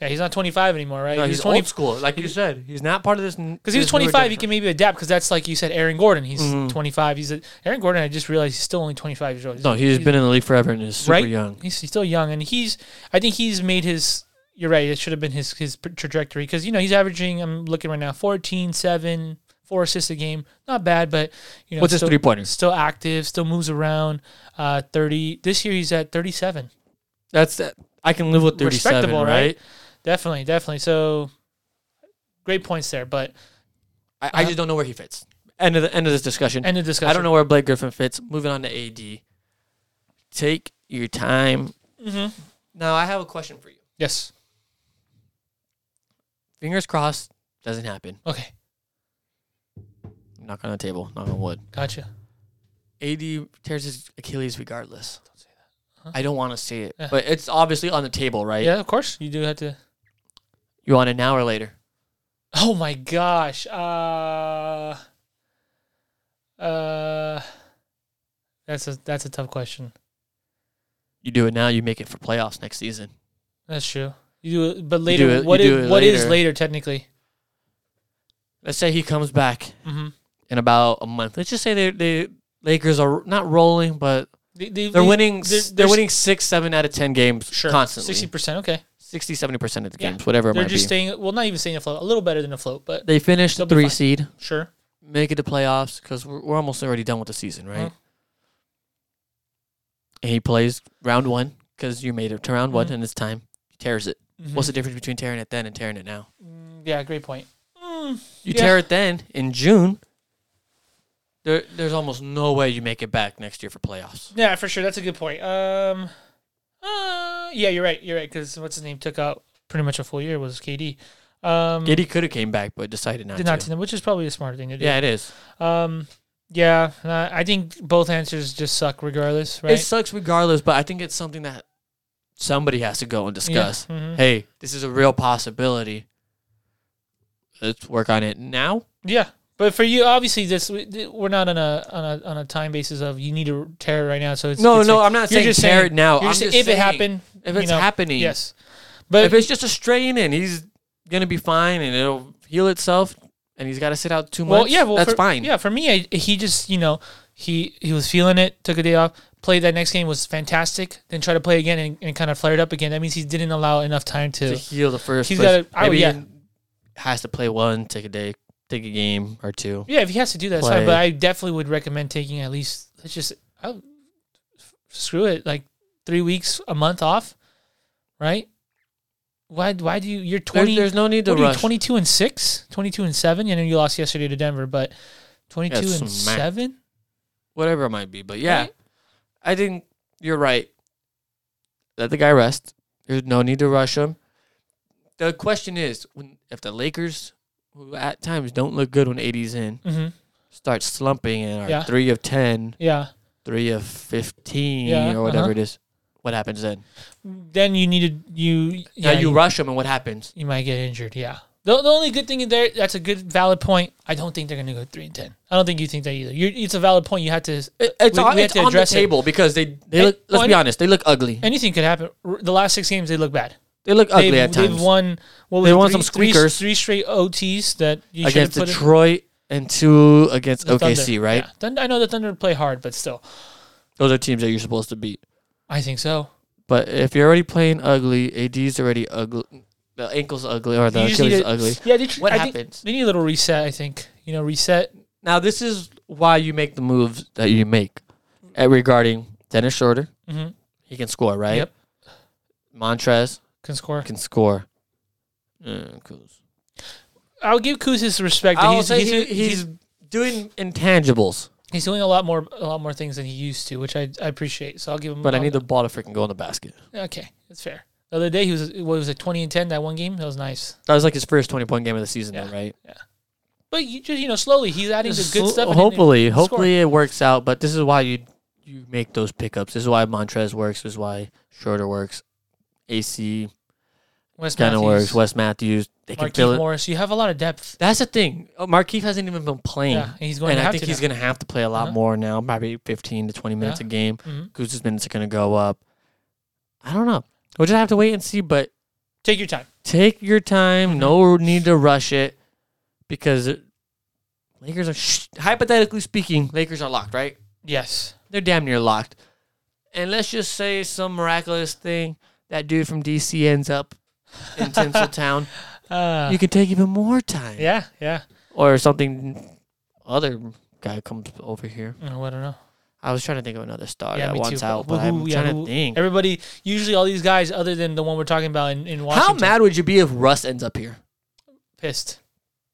Speaker 1: Yeah, he's not 25 anymore, right?
Speaker 2: No,
Speaker 1: he's,
Speaker 2: he's, old school, like you said. He's not part of this because
Speaker 1: Because he was 25, he can maybe adapt. Because that's like you said, Aaron Gordon. He's
Speaker 2: Mhm.
Speaker 1: 25. He's a, Aaron Gordon. I just realized he's still only 25 years old.
Speaker 2: No, he's been in the league forever and is super
Speaker 1: Right?
Speaker 2: young.
Speaker 1: He's, he's still young, and he's. I think he's made his. You're right. It should have been his his p- trajectory because you know he's averaging. I'm looking right now, 14, 7, four assists a game. Not bad, but you know,
Speaker 2: What's his
Speaker 1: still,
Speaker 2: three pointer?
Speaker 1: Still active. Still moves around. Uh, 30. This year he's at 37.
Speaker 2: That's that. I can live with thirty-seven,
Speaker 1: Respectable,
Speaker 2: right?
Speaker 1: right? Definitely, definitely. So, great points there, but
Speaker 2: I, I just don't know where he fits. Uh, End of the end of this discussion.
Speaker 1: end of discussion.
Speaker 2: I don't know where Blake Griffin fits. Moving on to AD. Take your time.
Speaker 1: Mhm.
Speaker 2: Mm-hmm. Now I have a question for you.
Speaker 1: Yes.
Speaker 2: Fingers crossed, doesn't happen.
Speaker 1: Okay.
Speaker 2: Knock on the table. Knock on wood.
Speaker 1: Gotcha.
Speaker 2: AD tears his Achilles regardless.
Speaker 1: Don't say
Speaker 2: I don't want to see it,
Speaker 1: Yeah.
Speaker 2: but it's obviously on the table, right?
Speaker 1: Yeah, of course. You do have to.
Speaker 2: You want it now or later?
Speaker 1: Oh my gosh. Uh. Uh. That's a that's a tough question.
Speaker 2: You do it now. You make it for playoffs next season.
Speaker 1: That's true. You do it, but later.
Speaker 2: do it-
Speaker 1: what
Speaker 2: you
Speaker 1: is
Speaker 2: do it
Speaker 1: what is
Speaker 2: later.
Speaker 1: later technically?
Speaker 2: Let's say he comes back
Speaker 1: Mm-hmm.
Speaker 2: in about a month. Let's just say they they Lakers are not rolling, but
Speaker 1: They, they,
Speaker 2: they're winning.
Speaker 1: they're-
Speaker 2: They're,
Speaker 1: they're-
Speaker 2: winning six, seven out of ten games constantly.
Speaker 1: Sixty
Speaker 2: 60,
Speaker 1: percent. Okay.
Speaker 2: 70 percent of the
Speaker 1: Yeah.
Speaker 2: games, whatever it
Speaker 1: They're
Speaker 2: might
Speaker 1: just
Speaker 2: be.
Speaker 1: staying. Well, not even staying afloat. A little better than afloat, but
Speaker 2: they finish the
Speaker 1: They'll be
Speaker 2: three
Speaker 1: fine.
Speaker 2: seed,
Speaker 1: sure.
Speaker 2: make it to playoffs because we're, we're almost already done with the season, right?
Speaker 1: Mhm.
Speaker 2: And he plays round one because you made it to round one
Speaker 1: Mhm.
Speaker 2: and it's time. He tears it.
Speaker 1: Mhm.
Speaker 2: What's the difference between tearing it then and tearing it now?
Speaker 1: Mm, yeah, great point. Mm,
Speaker 2: You
Speaker 1: Yeah.
Speaker 2: tear it then in June. There, there's almost no way you make it back next year for playoffs.
Speaker 1: Yeah, for sure. That's a good point. Um, uh, yeah, you're right. You're right. Because what's his name took out pretty much a full year was KD. Um,
Speaker 2: Giddy could have came back, but decided not
Speaker 1: did
Speaker 2: to.
Speaker 1: not to them, which is probably a smarter thing to do.
Speaker 2: yeah, it is.
Speaker 1: Um, yeah. uh, I think both answers just suck regardless, right?
Speaker 2: It sucks regardless, but I think it's something that somebody has to go and discuss.
Speaker 1: Yeah. mhm.
Speaker 2: Hey, this is a real possibility. Let's work on it now.
Speaker 1: Yeah, but for you, obviously, this we- we're not on a on a on a time basis of you need to tear it right now. So it's
Speaker 2: No,
Speaker 1: it's
Speaker 2: no,
Speaker 1: like-
Speaker 2: I'm not
Speaker 1: you're
Speaker 2: saying tear it now.
Speaker 1: you're
Speaker 2: I'm
Speaker 1: just saying
Speaker 2: just
Speaker 1: if it
Speaker 2: saying
Speaker 1: happened,
Speaker 2: if
Speaker 1: you
Speaker 2: it's
Speaker 1: know,
Speaker 2: happening.
Speaker 1: yes. But
Speaker 2: if it's just a strain and he's gonna be fine and it'll heal itself and he's got to sit out two months,
Speaker 1: well, yeah, well,
Speaker 2: that's
Speaker 1: for-
Speaker 2: fine.
Speaker 1: Yeah, for me, I, he just you know he he was feeling it, took a day off, played that next game was fantastic, then tried to play again and, and kind of flared up again. That means he didn't allow enough time
Speaker 2: to
Speaker 1: to.
Speaker 2: heal the first.
Speaker 1: He's
Speaker 2: place.
Speaker 1: gotta- I would-
Speaker 2: Maybe
Speaker 1: yeah.
Speaker 2: he has to play one, take a day, take a game or two.
Speaker 1: Yeah, if he has to do that, it's
Speaker 2: Play.
Speaker 1: fine. But I definitely would recommend taking at least let's just I, screw it, like three weeks, a month off, right? Why? Why do you? You're
Speaker 2: There-
Speaker 1: twenty.
Speaker 2: there's no need to
Speaker 1: what are you,
Speaker 2: rush.
Speaker 1: 22 and 6 22 and 7 you know you lost yesterday to denver but 22
Speaker 2: That's
Speaker 1: and
Speaker 2: smacked.
Speaker 1: 7
Speaker 2: whatever it might be. But yeah,
Speaker 1: Right?
Speaker 2: I think you're right. Let the guy rest. There's no need to rush him. The question is, when if the Lakers, who at times don't look good when 80s in,
Speaker 1: mm-hmm.
Speaker 2: start slumping and are
Speaker 1: Yeah.
Speaker 2: three of 10,
Speaker 1: yeah
Speaker 2: three of 15,
Speaker 1: Yeah,
Speaker 2: or whatever
Speaker 1: uh-huh.
Speaker 2: it is, what happens then?
Speaker 1: then you needed you
Speaker 2: Yeah, you, rush him, and what happens?
Speaker 1: you might get injured yeah the, the only good thing in there that's a good valid point i don't think they're going to go 3 and 10 i don't think you think that either You're, it's a valid point you have to
Speaker 2: It- it's
Speaker 1: We-
Speaker 2: on,
Speaker 1: we have
Speaker 2: it's
Speaker 1: to
Speaker 2: on the
Speaker 1: address it.
Speaker 2: table because they, they
Speaker 1: Hey,
Speaker 2: look, let's
Speaker 1: well,
Speaker 2: be
Speaker 1: I-
Speaker 2: honest, they look ugly.
Speaker 1: anything could happen R- the last six games they look bad
Speaker 2: They look ugly
Speaker 1: they've,
Speaker 2: at times.
Speaker 1: they've won what was
Speaker 2: They
Speaker 1: it,
Speaker 2: won
Speaker 1: three-
Speaker 2: some
Speaker 1: three-
Speaker 2: squeakers.
Speaker 1: three, straight ots that you should have
Speaker 2: against
Speaker 1: put in-
Speaker 2: Detroit and two against
Speaker 1: the Thunder.
Speaker 2: OKC, right?
Speaker 1: Yeah. Thunder, i know the thunder play hard but still
Speaker 2: Those are teams that you're supposed to beat.
Speaker 1: i think so
Speaker 2: But if you're already playing ugly, AD's already ugly, the ankle's ugly, or the
Speaker 1: You just need
Speaker 2: Achilles is
Speaker 1: to-
Speaker 2: ugly.
Speaker 1: Yeah, they, tr-
Speaker 2: What
Speaker 1: I think
Speaker 2: happens?
Speaker 1: they need a little reset. I think you know, reset.
Speaker 2: Now, this is why you make the moves that you make uh, regarding Dennis Schroeder.
Speaker 1: Mm-hmm.
Speaker 2: He can score, right?
Speaker 1: Yep.
Speaker 2: Montrez
Speaker 1: Can score.
Speaker 2: can score. Mm, cool.
Speaker 1: I'll give Kuz his respect.
Speaker 2: I'll
Speaker 1: He's,
Speaker 2: say
Speaker 1: he's,
Speaker 2: he-
Speaker 1: he's, he's
Speaker 2: he's doing intangibles,
Speaker 1: doing a lot more a lot more things than he used to, which I, I appreciate. So I'll give him.
Speaker 2: but I
Speaker 1: I'll-
Speaker 2: need the ball to freaking go in the basket.
Speaker 1: Okay, that's fair. The other day he was what was it twenty and ten that one game that was nice.
Speaker 2: That was like his first 20 point game of the season, though,
Speaker 1: Yeah.
Speaker 2: right?
Speaker 1: But you just you know slowly he's adding the good
Speaker 2: Sl-
Speaker 1: stuff. and then
Speaker 2: Hopefully,
Speaker 1: they score.
Speaker 2: hopefully it works out. But this is why you you make those pickups. This is why Montrez works. This is why Schroeder works. AC
Speaker 1: Wes
Speaker 2: kind of
Speaker 1: Matthews,
Speaker 2: works. Wes Matthews. They can fill
Speaker 1: Marquise
Speaker 2: it.
Speaker 1: Morris. You have a lot of depth.
Speaker 2: That's the thing. Oh, Markeith hasn't even been playing,
Speaker 1: Yeah, and he's going
Speaker 2: and
Speaker 1: to
Speaker 2: I
Speaker 1: have
Speaker 2: think
Speaker 1: to
Speaker 2: he's
Speaker 1: now.
Speaker 2: going to have to play a lot
Speaker 1: Uh-huh.
Speaker 2: more now. Probably fifteen to twenty minutes
Speaker 1: Yeah.
Speaker 2: a game.
Speaker 1: Mhm.
Speaker 2: Kuz's minutes are going to go up. I don't know. We'll just have to wait and see. But
Speaker 1: Take your time.
Speaker 2: take your time.
Speaker 1: Mm-hmm.
Speaker 2: No need to rush it because it- Lakers are sh- hypothetically speaking, Lakers are locked, right?
Speaker 1: Yes.
Speaker 2: they're damn near locked. And let's just say some miraculous thing that dude from DC ends up in
Speaker 1: <laughs>
Speaker 2: Tinseltown.
Speaker 1: Uh,
Speaker 2: you could take even more time,
Speaker 1: yeah. Yeah.
Speaker 2: or something. Other guy comes over here.
Speaker 1: Oh, I don't know.
Speaker 2: I was trying to think of another star
Speaker 1: Yeah,
Speaker 2: Oh, that
Speaker 1: me
Speaker 2: wants
Speaker 1: too.
Speaker 2: out,
Speaker 1: But
Speaker 2: but
Speaker 1: who-
Speaker 2: I'm
Speaker 1: yeah,
Speaker 2: trying
Speaker 1: who-
Speaker 2: to think.
Speaker 1: Everybody usually all these guys other than the one we're talking about in, in
Speaker 2: How
Speaker 1: Washington.
Speaker 2: mad would you be if Russ ends up here?
Speaker 1: pissed.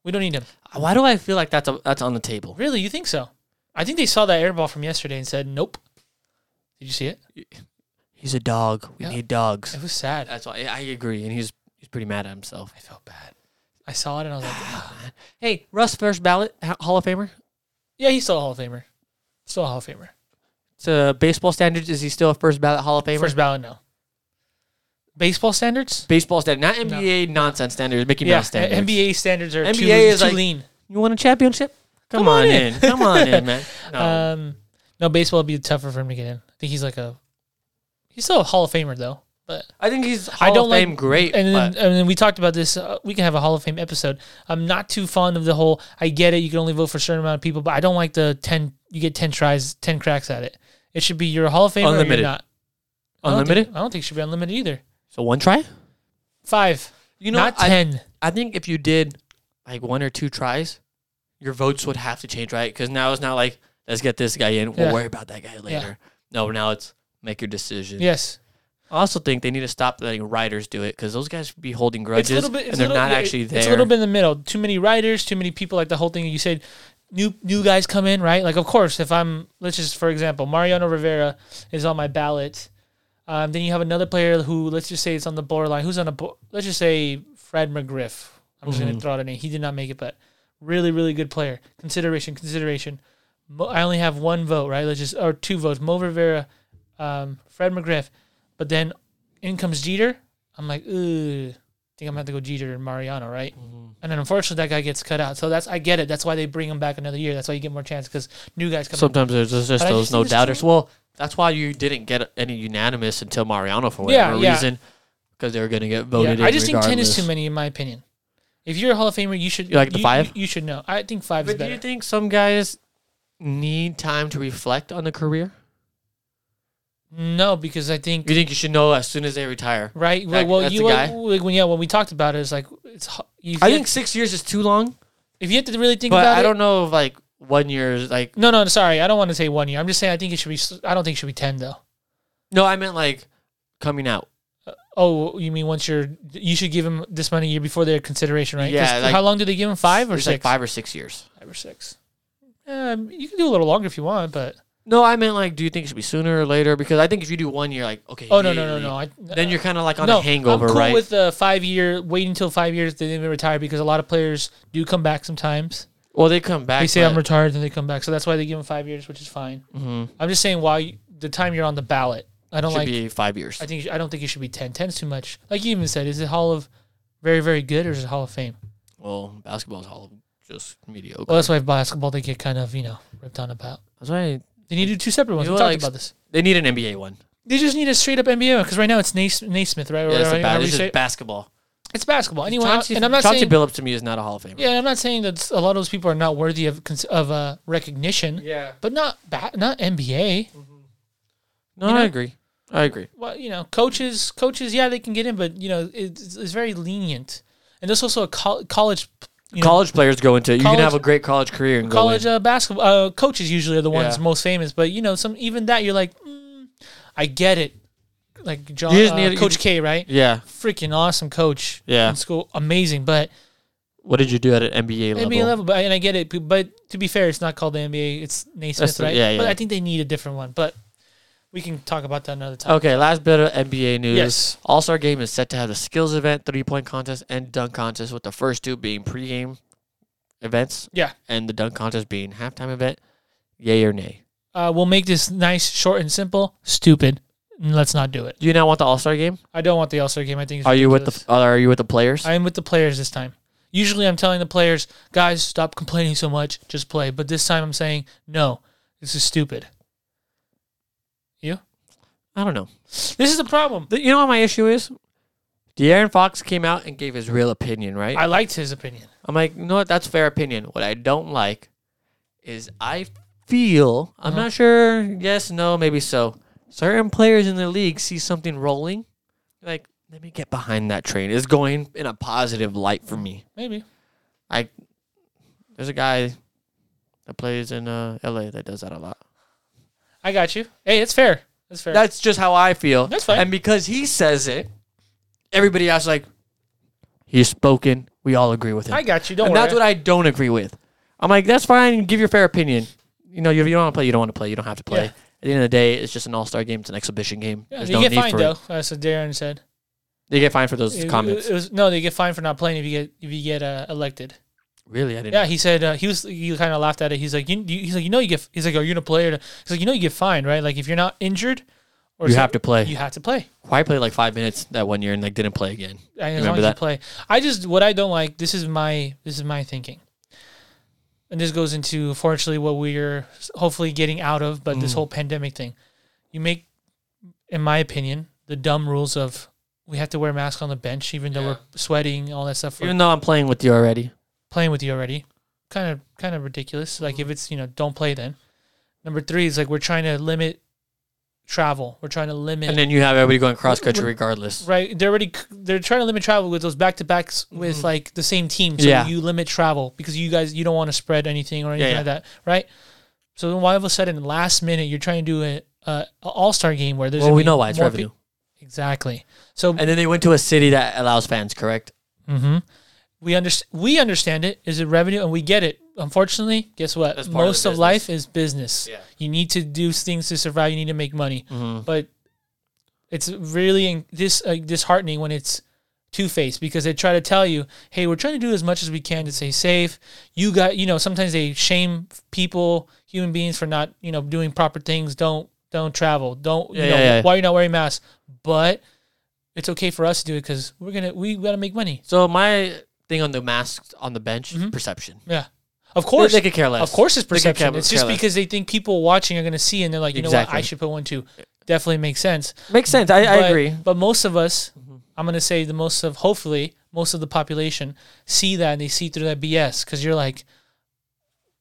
Speaker 1: We don't need him.
Speaker 2: Why do I feel like that's a, that's on the table?
Speaker 1: Really, you think so? I think they saw that airball from yesterday and said, "Nope." Did you see it?
Speaker 2: He's a dog. We
Speaker 1: Yeah.
Speaker 2: need dogs.
Speaker 1: It was sad.
Speaker 2: That's why I agree, and he's he's pretty mad at himself.
Speaker 1: I felt bad. I saw it and I was like, <sighs> "Ah."
Speaker 2: Hey, Russ, first ballot Ha- Hall of Famer.
Speaker 1: "Yeah, he's still a Hall of Famer. Still a Hall of Famer.
Speaker 2: To baseball standards, is he still a first ballot Hall of Famer?
Speaker 1: First ballot, no. Baseball standards?
Speaker 2: baseball standard, not NBA nonsense standards, Mickey
Speaker 1: yeah,
Speaker 2: Mouse standards.
Speaker 1: NBA standards are too,
Speaker 2: NBA is
Speaker 1: too
Speaker 2: like-
Speaker 1: lean.
Speaker 2: You want a championship? Come,
Speaker 1: Come
Speaker 2: on,
Speaker 1: on
Speaker 2: in.
Speaker 1: in.
Speaker 2: Come on in,
Speaker 1: <laughs>
Speaker 2: man. No.
Speaker 1: Um, no, baseball would be tougher for him to get in. I think he's like a. He's still a Hall of Famer though, but
Speaker 2: I think he's Hall
Speaker 1: I don't
Speaker 2: of Fame
Speaker 1: like-
Speaker 2: great.
Speaker 1: and then,
Speaker 2: but
Speaker 1: and then we talked about this. Uh, we can have a Hall of Fame episode. I'm not too fond of the whole. I get it. You can only vote for a certain amount of people, but I don't like the ten. You get ten tries, ten cracks at it. It should be your Hall of Fame. Or
Speaker 2: Unlimited.
Speaker 1: you're not. I don't think- I
Speaker 2: unlimited.
Speaker 1: don't think, it should be unlimited either.
Speaker 2: So one try?
Speaker 1: Five,
Speaker 2: You know,
Speaker 1: not
Speaker 2: I,
Speaker 1: ten.
Speaker 2: I think if you did like one or two tries, your votes would have to change, right? Because now it's not like let's get this guy in. We'll
Speaker 1: Yeah.
Speaker 2: worry about that guy later. No, now it's make your decision.
Speaker 1: Yes,
Speaker 2: I also think they need to stop letting writers do it because those guys be holding grudges
Speaker 1: it's a little bit. It's
Speaker 2: and they're
Speaker 1: a little,
Speaker 2: not
Speaker 1: yeah,
Speaker 2: actually there.
Speaker 1: It's a little bit in the middle. Too many writers. Too many people. Like the whole thing you said. new new guys come in, right? Like, of course, if I'm let's just for example, Mariano Rivera is on my ballot. Um, then you have another player who let's just say it's on the borderline. Who's on a bo- let's just say Fred McGriff. I'm just gonna
Speaker 2: Mhm.
Speaker 1: throw out a name. He did not make it, but really, really good player. Consideration, consideration. Mo- I only have one vote, right? Let's just or two votes. Mo Rivera, um, Fred McGriff, but then in comes Jeter. I'm like, ooh, think I'm gonna have to go Jeter and Mariano, right?
Speaker 2: Mm-hmm.
Speaker 1: And then unfortunately, that guy gets cut out. So that's I get it. That's why they bring him back another year. That's why you get more chance because new guys come.
Speaker 2: Sometimes there's just,
Speaker 1: But I
Speaker 2: those
Speaker 1: just
Speaker 2: no
Speaker 1: think it's
Speaker 2: doubters.
Speaker 1: cool.
Speaker 2: Well, that's why you didn't get any unanimous until Mariano for
Speaker 1: Yeah,
Speaker 2: whatever
Speaker 1: yeah.
Speaker 2: reason, because they were going to get
Speaker 1: in. Yeah,
Speaker 2: voted in.
Speaker 1: I just think ten is
Speaker 2: regardless.
Speaker 1: too many, in my opinion. If you're a Hall of Famer, you should
Speaker 2: You like the
Speaker 1: you,
Speaker 2: five?
Speaker 1: You, you should know. I think five is
Speaker 2: But do
Speaker 1: better.
Speaker 2: you think some guys need time to reflect on the career?
Speaker 1: no, because I think
Speaker 2: You think you should know as soon as they retire?
Speaker 1: right.
Speaker 2: That-
Speaker 1: well, well,
Speaker 2: that's
Speaker 1: you
Speaker 2: the guy?
Speaker 1: like, when yeah when we talked about it, it's like it's h- you,
Speaker 2: I think six years is too long,
Speaker 1: if you have to really think
Speaker 2: but
Speaker 1: about
Speaker 2: I
Speaker 1: it.
Speaker 2: don't know if like one year is like.
Speaker 1: no, no, sorry. I don't want to say one year. I'm just saying I think it should be. s- I don't think it should be ten though.
Speaker 2: No, I meant like coming out.
Speaker 1: Oh, you mean once you're, you should give him this money a year before their consideration, right? 'Cause
Speaker 2: Yeah, like-
Speaker 1: how long do they give him? Five or
Speaker 2: There's,
Speaker 1: six?
Speaker 2: like five or six years.
Speaker 1: five or six. Um, you can do a little longer if you want, but
Speaker 2: No, I meant like, do you think it should be sooner or later? Because I think if you do one year, like okay.
Speaker 1: oh no no no
Speaker 2: immediately,
Speaker 1: no. I,
Speaker 2: Then you're kind of like on
Speaker 1: no,
Speaker 2: a hangover,
Speaker 1: I'm cool
Speaker 2: right?
Speaker 1: with the five year waiting until five years they didn't retire because a lot of players do come back sometimes.
Speaker 2: well, they come back.
Speaker 1: They say I'm
Speaker 2: but-
Speaker 1: retired, then they come back, so that's why they give them five years, which is fine.
Speaker 2: Mhm.
Speaker 1: I'm just saying while you, the time you're on the ballot, I don't
Speaker 2: should
Speaker 1: like.
Speaker 2: be five years.
Speaker 1: I think I don't think it should be 10. 10's too much. Like you even said, is it Hall of very very good or is it Hall of Fame?
Speaker 2: well, basketball's all just mediocre.
Speaker 1: Well, that's why basketball they get kind of you know ripped on about.
Speaker 2: That's why
Speaker 1: They need to do two separate ones.
Speaker 2: You
Speaker 1: we
Speaker 2: know,
Speaker 1: talked
Speaker 2: like,
Speaker 1: about this.
Speaker 2: they need an NBA one.
Speaker 1: They just need a straight up NBA because right now it's Naismith, Naismith right? Or
Speaker 2: Yeah, it's,
Speaker 1: whatever-
Speaker 2: a ba-
Speaker 1: however
Speaker 2: it's
Speaker 1: you say
Speaker 2: just
Speaker 1: it.
Speaker 2: basketball.
Speaker 1: It's basketball. Anyway,
Speaker 2: Chauncey,
Speaker 1: and I'm not
Speaker 2: Chauncey
Speaker 1: saying
Speaker 2: Billups to me is not a Hall of Famer.
Speaker 1: yeah, I'm not saying that a lot of those people are not worthy of cons- of uh, recognition.
Speaker 2: yeah.
Speaker 1: But not ba- not NBA.
Speaker 2: No,
Speaker 1: You know-
Speaker 2: I agree. I agree.
Speaker 1: Well, you know, coaches, coaches, yeah, they can get in, but you know, it's, it's very lenient. And there's also a col- college, you know,
Speaker 2: college players go into it. You
Speaker 1: college-
Speaker 2: can have a great college career and
Speaker 1: college
Speaker 2: go
Speaker 1: uh, basketball uh, coaches usually are the ones
Speaker 2: Yeah.
Speaker 1: most famous. But you know, some even that you're like, mm, I get it. Like John,
Speaker 2: You just
Speaker 1: uh,
Speaker 2: need- you
Speaker 1: Coach
Speaker 2: just-
Speaker 1: K, right?
Speaker 2: in. Yeah.
Speaker 1: Freaking awesome coach.
Speaker 2: Yeah.
Speaker 1: in school, amazing, but
Speaker 2: What did you do at an NBA level?
Speaker 1: NBA level, but and I get it. but- But to be fair, it's not called the NBA. It's Naismith,
Speaker 2: That's the-
Speaker 1: right?
Speaker 2: yeah,
Speaker 1: But
Speaker 2: yeah.
Speaker 1: I think they need a different one. But we can talk about that another time.
Speaker 2: Okay, last bit of NBA news.
Speaker 1: Yes.
Speaker 2: All Star Game is set to have the skills event, three point contest, and dunk contest, with the first two being pregame events
Speaker 1: Yeah,
Speaker 2: and the dunk contest being halftime event. Yay or nay?
Speaker 1: uh, we'll make this nice, short, and simple. Stupid. And Let's not do it.
Speaker 2: Do you not want the All Star Game?
Speaker 1: I don't want the All Star game. I think. It's
Speaker 2: Are you with the
Speaker 1: ridiculous.
Speaker 2: Are you with the players?
Speaker 1: I am with the players this time. Usually, I'm telling the players, guys, stop complaining so much. Just play. But this time, I'm saying, no, this is stupid. You?
Speaker 2: I don't know.
Speaker 1: This is the problem.
Speaker 2: The- you know what my issue is? De'Aaron Fox came out and gave his real opinion, right?
Speaker 1: I liked his opinion.
Speaker 2: I'm like, you know what? That's fair opinion. What I don't like is I feel I'm
Speaker 1: Uh-huh.
Speaker 2: not sure. Yes, no, maybe so. Certain players in the league see something rolling, like let me get behind that train. It's going in a positive light for me.
Speaker 1: Maybe.
Speaker 2: Like there's a guy that plays in uh, LA that does that a lot.
Speaker 1: I got you. Hey, it's fair. It's fair.
Speaker 2: That's just how I feel.
Speaker 1: That's fine.
Speaker 2: And because he says it, everybody else is like he's spoken. We all agree with him.
Speaker 1: I got you. Don't
Speaker 2: and
Speaker 1: worry.
Speaker 2: that's what I don't agree with. I'm like, that's fine. Give your fair opinion. You know, if you don't want to play, you don't want to play. You don't have to play.
Speaker 1: Yeah.
Speaker 2: At the end of the day, it's just an all star game. It's an exhibition game.
Speaker 1: Yeah,
Speaker 2: There's
Speaker 1: you
Speaker 2: no
Speaker 1: get
Speaker 2: need
Speaker 1: fined
Speaker 2: for
Speaker 1: though,
Speaker 2: it.
Speaker 1: that's what Darren said.
Speaker 2: They get fined for those
Speaker 1: It-
Speaker 2: comments.
Speaker 1: It, was no, they get fined for not playing if you get if you get uh, elected.
Speaker 2: really, I didn't.
Speaker 1: Yeah, he said uh, he was. He kind of laughed at it. He's like, you, you- he's like, you know, you get. He's like, are you gonna play? Or not?" he's like, you know, you get fined, right? Like if you're not injured, or
Speaker 2: you
Speaker 1: so-
Speaker 2: have to play.
Speaker 1: You have to play.
Speaker 2: Why I played like five minutes that one year and like didn't play again.
Speaker 1: And as long
Speaker 2: Remember
Speaker 1: as you
Speaker 2: that?
Speaker 1: play, I just what I don't like. This is my this is my thinking, and this goes into fortunately what we're hopefully getting out of. But
Speaker 2: Mm.
Speaker 1: this whole pandemic thing, you make, in my opinion, the dumb rules of we have to wear masks on the bench even though
Speaker 2: Yeah.
Speaker 1: we're sweating all that stuff. We're
Speaker 2: Even though I'm playing with you already.
Speaker 1: playing with you already, kind of kind of ridiculous.
Speaker 2: Mm-hmm.
Speaker 1: Like if it's you know don't play then. Number three is like we're trying to limit travel. We're trying to limit
Speaker 2: And then you have everybody going cross country regardless.
Speaker 1: Right. They're already they're trying to limit travel with those back to backs with like the same team. So
Speaker 2: Mm-hmm. Yeah.
Speaker 1: you limit travel because you guys you don't want to spread anything or anything
Speaker 2: yeah.
Speaker 1: like that, right? So then why all of a sudden last minute you're trying to do a, a, all star game where there's
Speaker 2: Well,
Speaker 1: gonna
Speaker 2: we
Speaker 1: be
Speaker 2: know why it's
Speaker 1: more
Speaker 2: revenue.
Speaker 1: peop- exactly. So
Speaker 2: And then they went to a city that allows fans, correct?
Speaker 1: mhm. we understand we understand it. Is it revenue and we get it. unfortunately, guess what?
Speaker 2: That's part of
Speaker 1: Most
Speaker 2: the
Speaker 1: of,
Speaker 2: business.
Speaker 1: life is business.
Speaker 2: Yeah.
Speaker 1: You need to do things to survive. You need to make money.
Speaker 2: Mhm.
Speaker 1: But it's really in- dis- uh, disheartening when it's two faced because they try to tell you, "Hey, we're trying to do as much as we can to stay safe." You got, you know, sometimes they shame people, human beings, for not, you know, doing proper things. Don't don't travel. Don't
Speaker 2: Yeah,
Speaker 1: you know
Speaker 2: yeah, yeah.
Speaker 1: why you're not wearing masks. But it's okay for us to do it because we're gonna we gotta make money.
Speaker 2: So my thing on the masks on the bench, perception. Of
Speaker 1: Yeah, Mm-hmm. of course.
Speaker 2: they, could care less.
Speaker 1: Of course, it's
Speaker 2: They could
Speaker 1: perception.
Speaker 2: care-
Speaker 1: It's just
Speaker 2: care less.
Speaker 1: because they think people watching are going to see and they're like, you know what, I
Speaker 2: Exactly.
Speaker 1: should put one too. Definitely makes sense.
Speaker 2: makes sense. I, I
Speaker 1: But-
Speaker 2: agree. Mm-hmm.
Speaker 1: But most of us, I'm going to say the most of, hopefully, most of the population see that and they see through that BS because you're like,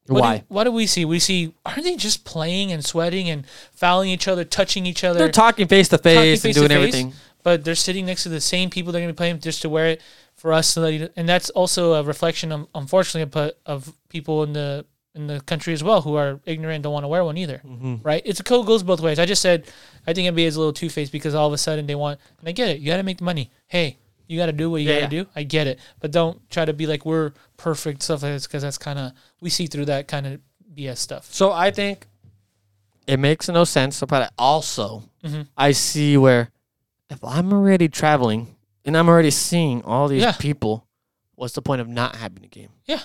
Speaker 1: what
Speaker 2: Why?
Speaker 1: Do, what do we see? We see, aren't they just playing and sweating and fouling each other, touching each other?
Speaker 2: They're talking face to
Speaker 1: talking
Speaker 2: face and
Speaker 1: face to
Speaker 2: doing
Speaker 1: face,
Speaker 2: everything.
Speaker 1: But they're sitting next to the same people they're going to be playing just to wear it for us. So that you, and that's also a reflection, um, unfortunately, of, pu- of people in the in the country as well who are ignorant and don't want to wear one either.
Speaker 2: Mm-hmm.
Speaker 1: Right? It's a code goes both ways. I just said I think NBA is a little two faced because all of a sudden they want and I get it. You got to make the money. Hey. You got to do what you
Speaker 2: Yeah,
Speaker 1: got to do. I get it, but don't try to be like we're perfect stuff like this because that's kind of we see through that kind of BS stuff.
Speaker 2: So I think it makes no sense, but I also
Speaker 1: Mm-hmm.
Speaker 2: I see where if I'm already traveling and I'm already seeing all these
Speaker 1: Yeah.
Speaker 2: people, what's the point of not having a game?
Speaker 1: Yeah,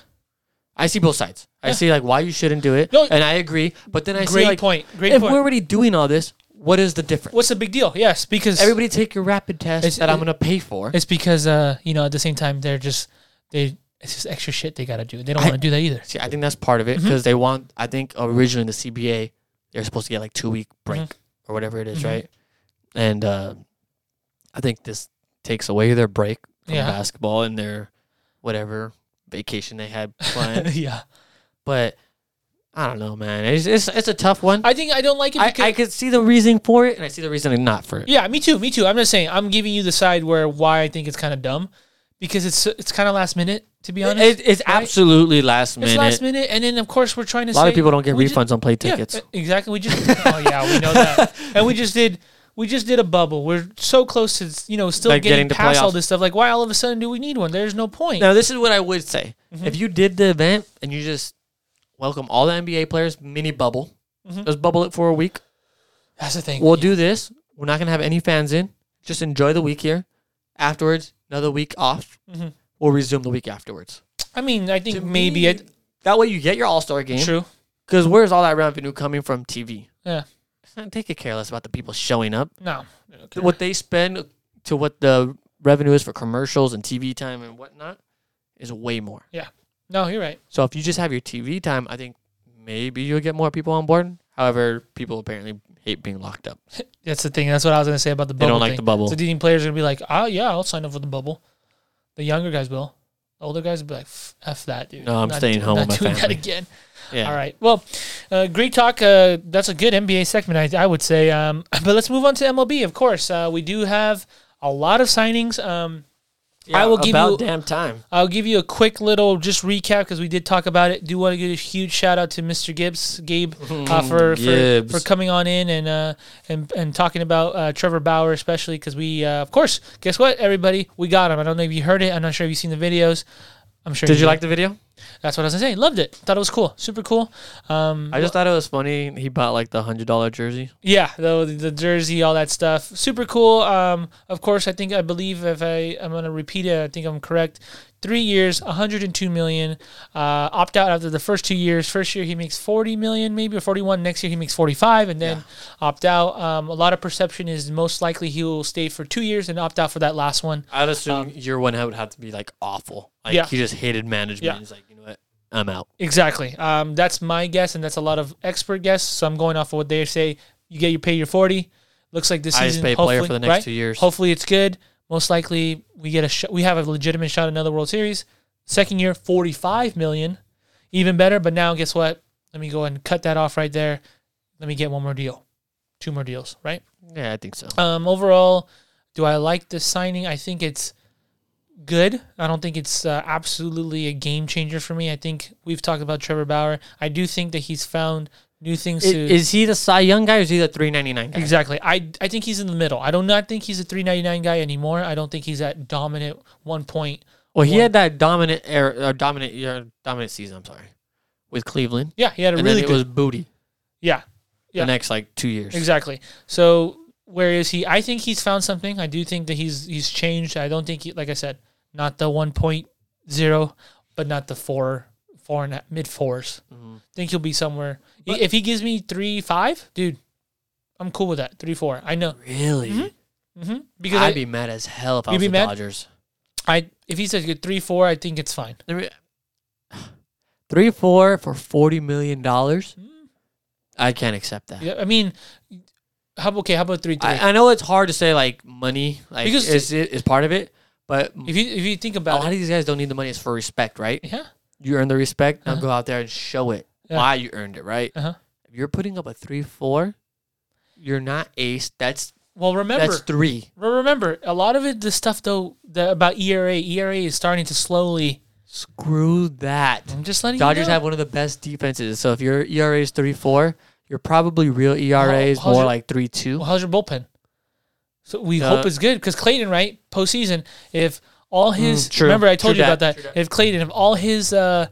Speaker 2: I see both sides. I
Speaker 1: Yeah.
Speaker 2: see like why you shouldn't do it,
Speaker 1: No.
Speaker 2: and I agree. But then I see
Speaker 1: great
Speaker 2: like
Speaker 1: point. Great
Speaker 2: if
Speaker 1: point.
Speaker 2: we're already doing all this, what is the difference?
Speaker 1: What's the big deal? Yes, because
Speaker 2: Everybody take your rapid test
Speaker 1: It's-
Speaker 2: that I'm
Speaker 1: it-
Speaker 2: gonna pay for.
Speaker 1: It's because uh, you know, at the same time they're just they it's just extra shit they gotta do. They don't
Speaker 2: I-
Speaker 1: want to do that either. <laughs>
Speaker 2: See, I think that's part of it
Speaker 1: Mm-hmm.
Speaker 2: because they want. I think originally in the CBA, they're supposed to get like two week
Speaker 1: Mm-hmm.
Speaker 2: break or whatever it is, right? And uh, I think this takes away their break from
Speaker 1: Yeah.
Speaker 2: basketball and their whatever vacation they
Speaker 1: <laughs>
Speaker 2: had planned.
Speaker 1: yeah.
Speaker 2: but I don't know, man. It's it's, it's a tough one. I,
Speaker 1: I think I don't like it
Speaker 2: I,
Speaker 1: because
Speaker 2: could see the reason for it and I see the reason not for it.
Speaker 1: Yeah, me too, me too. I'm just saying I'm giving you the side where why I think it's kinda dumb. Because it's it's kinda last minute, to be honest.
Speaker 2: It- it's absolutely last
Speaker 1: it's
Speaker 2: minute.
Speaker 1: last minute and then of course we're trying to
Speaker 2: a lot
Speaker 1: say,
Speaker 2: of people don't get
Speaker 1: we
Speaker 2: refunds
Speaker 1: ju-
Speaker 2: on play
Speaker 1: yeah,
Speaker 2: tickets.
Speaker 1: e- exactly. We just Oh yeah, we
Speaker 2: <laughs>
Speaker 1: know that. And we just did we just did a bubble. We're so close to you know still
Speaker 2: Like
Speaker 1: getting,
Speaker 2: getting to
Speaker 1: past all
Speaker 2: playoffs.
Speaker 1: this stuff. Like why all of a sudden do we need one? There's no point.
Speaker 2: Now, this is what I would say.
Speaker 1: Mm-hmm.
Speaker 2: If you did the event and you just welcome all the NBA players, mini bubble,
Speaker 1: Mm-hmm.
Speaker 2: just bubble it for a week.
Speaker 1: That's the thing.
Speaker 2: We'll do this. We're not going to have any fans in. Just enjoy the week here. Afterwards, another week off. We'll resume the week afterwards.
Speaker 1: I mean, I think
Speaker 2: To
Speaker 1: Mm-hmm. maybe
Speaker 2: me,
Speaker 1: it
Speaker 2: That way you get your All Star game.
Speaker 1: true.
Speaker 2: Because where's all that revenue coming from TV?
Speaker 1: Yeah.
Speaker 2: <laughs> They could care less about the people showing up.
Speaker 1: No. Okay.
Speaker 2: What they spend to what the revenue is for commercials and TV time and whatnot is way more.
Speaker 1: No, you're right.
Speaker 2: So if you just have your TV time, I think maybe you'll get more people on board. However, people apparently hate being locked up.
Speaker 1: That's the thing. That's what I was gonna say about the
Speaker 2: They
Speaker 1: bubble.
Speaker 2: don't like
Speaker 1: thing.
Speaker 2: the bubble.
Speaker 1: So do you think players are gonna be like, oh yeah, I'll sign up for the bubble. The younger guys will. The older guys will be like, "F, F that, dude.
Speaker 2: No, I'm
Speaker 1: not
Speaker 2: staying
Speaker 1: doing-
Speaker 2: home
Speaker 1: Not
Speaker 2: with my
Speaker 1: doing that
Speaker 2: family."
Speaker 1: again.
Speaker 2: Yeah.
Speaker 1: All right. Well, uh, great talk. Uh, that's a good NBA segment, I, I would say. Um, <laughs> but let's move on to MLB. Of course, uh, we do have a lot of signings. Um, I will give
Speaker 2: about
Speaker 1: you-
Speaker 2: damn time.
Speaker 1: I'll give you a quick little just recap because we did talk about it. Do want to give a huge shout out to Mr. Gibbs, Gabe, uh, for, for
Speaker 2: Mm-hmm. Gibbs.
Speaker 1: for coming on in and uh, and and talking about uh, Trevor Bauer especially because we uh, of course guess what everybody we got him. I don't know if you heard it. I'm not sure if you've seen the videos. I'm sure.
Speaker 2: Did you like the video?
Speaker 1: That's what I was gonna say. Loved it. Thought it was cool. Super cool. Um,
Speaker 2: I just thought it was funny. He bought like the hundred dollar jersey.
Speaker 1: yeah, the, the jersey, all that stuff. Super cool. Um, of course, I think I believe if I I'm gonna repeat it, I think I'm correct. Three years, 102 million. Uh, opt out after the first two years. First year he makes 40 million, maybe or 41. Next year he makes 45, and then opt out. Um, a lot of perception is most likely he will stay for two years and opt out for that last one.
Speaker 2: I'd assume year one would have to be like awful. Like
Speaker 1: Um, Yeah.
Speaker 2: he just hated management.
Speaker 1: Yeah.
Speaker 2: He's like, you know what? I'm out.
Speaker 1: Exactly. Um, that's my guess, and that's a lot of expert guess. So I'm going off of what they say. You get your pay your forty. Looks like this
Speaker 2: Highest
Speaker 1: season,
Speaker 2: paid player
Speaker 1: hopefully-
Speaker 2: for the next
Speaker 1: right?
Speaker 2: two years.
Speaker 1: Hopefully, it's good. Most likely, we get a sh- we have a legitimate shot at another World Series. Second year, forty five million, even better. But now, guess what? Let me go and cut that off right there. Let me get one more deal, two more deals, right?
Speaker 2: Yeah, I think so.
Speaker 1: Um, overall, do I like the signing? I think it's good. I don't think it's uh, absolutely a game changer for me. I think we've talked about Trevor Bauer. I do think that he's found new things
Speaker 2: I-
Speaker 1: to.
Speaker 2: is he the Cy Young guy or is he the three ninety nine guy?
Speaker 1: Exactly. I, I think he's in the middle. I do not think he's a 399 guy anymore. I don't think he's that dominant one point.
Speaker 2: Well, he
Speaker 1: One.
Speaker 2: had that uh, dominant era, or dominant year, dominant season. I'm sorry. with Cleveland,
Speaker 1: Yeah, he had a
Speaker 2: and
Speaker 1: really
Speaker 2: then it
Speaker 1: good.
Speaker 2: was Booty
Speaker 1: yeah, Yeah.
Speaker 2: the next like two years.
Speaker 1: exactly. So where is he? I think he's found something. I do think that he's he's changed. I don't think he, like I said, not the one point zero, but not the four four and a- mid fours.
Speaker 2: Mhm.
Speaker 1: think he'll be somewhere. if he gives me three five, dude, I'm cool with that. Three four. I know.
Speaker 2: Really,
Speaker 1: hmm Because
Speaker 2: I'd
Speaker 1: I,
Speaker 2: be mad as hell if I
Speaker 1: You'd
Speaker 2: was
Speaker 1: be
Speaker 2: the
Speaker 1: mad?
Speaker 2: Dodgers.
Speaker 1: I if he says good three four, I think it's fine.
Speaker 2: There we- <sighs> Three four for forty million dollars. I can't accept that.
Speaker 1: Mm. Yeah, I mean, how okay? How about three three?
Speaker 2: I, I know it's hard to say like money like
Speaker 1: Because-
Speaker 2: is it is part of it, but
Speaker 1: if you if you think
Speaker 2: a
Speaker 1: about
Speaker 2: lot
Speaker 1: it,
Speaker 2: of these guys don't need the money. It's for respect, right?
Speaker 1: yeah,
Speaker 2: You earn the respect. Now
Speaker 1: Uh-huh.
Speaker 2: go out there and show it
Speaker 1: Yeah.
Speaker 2: why you earned it, right?
Speaker 1: Uh-huh.
Speaker 2: If you're putting up a three four, you're not ace. That's
Speaker 1: Well, remember,
Speaker 2: that's three.
Speaker 1: re- remember, a lot of it, the stuff though the, about E ERA, ERA is starting to slowly.
Speaker 2: Screw that.
Speaker 1: I'm just letting
Speaker 2: Dodgers
Speaker 1: you know.
Speaker 2: have one of the best defenses. So if your ERA is three four, your probably real ERA is
Speaker 1: how's
Speaker 2: more
Speaker 1: your-
Speaker 2: like three two.
Speaker 1: Well, how's your bullpen? So we
Speaker 2: Uh,
Speaker 1: hope it's good because Clayton, right? Postseason, if all his
Speaker 2: Mm, true.
Speaker 1: remember, I told
Speaker 2: True
Speaker 1: you about
Speaker 2: dat,
Speaker 1: that. If Clayton, if all his, uh,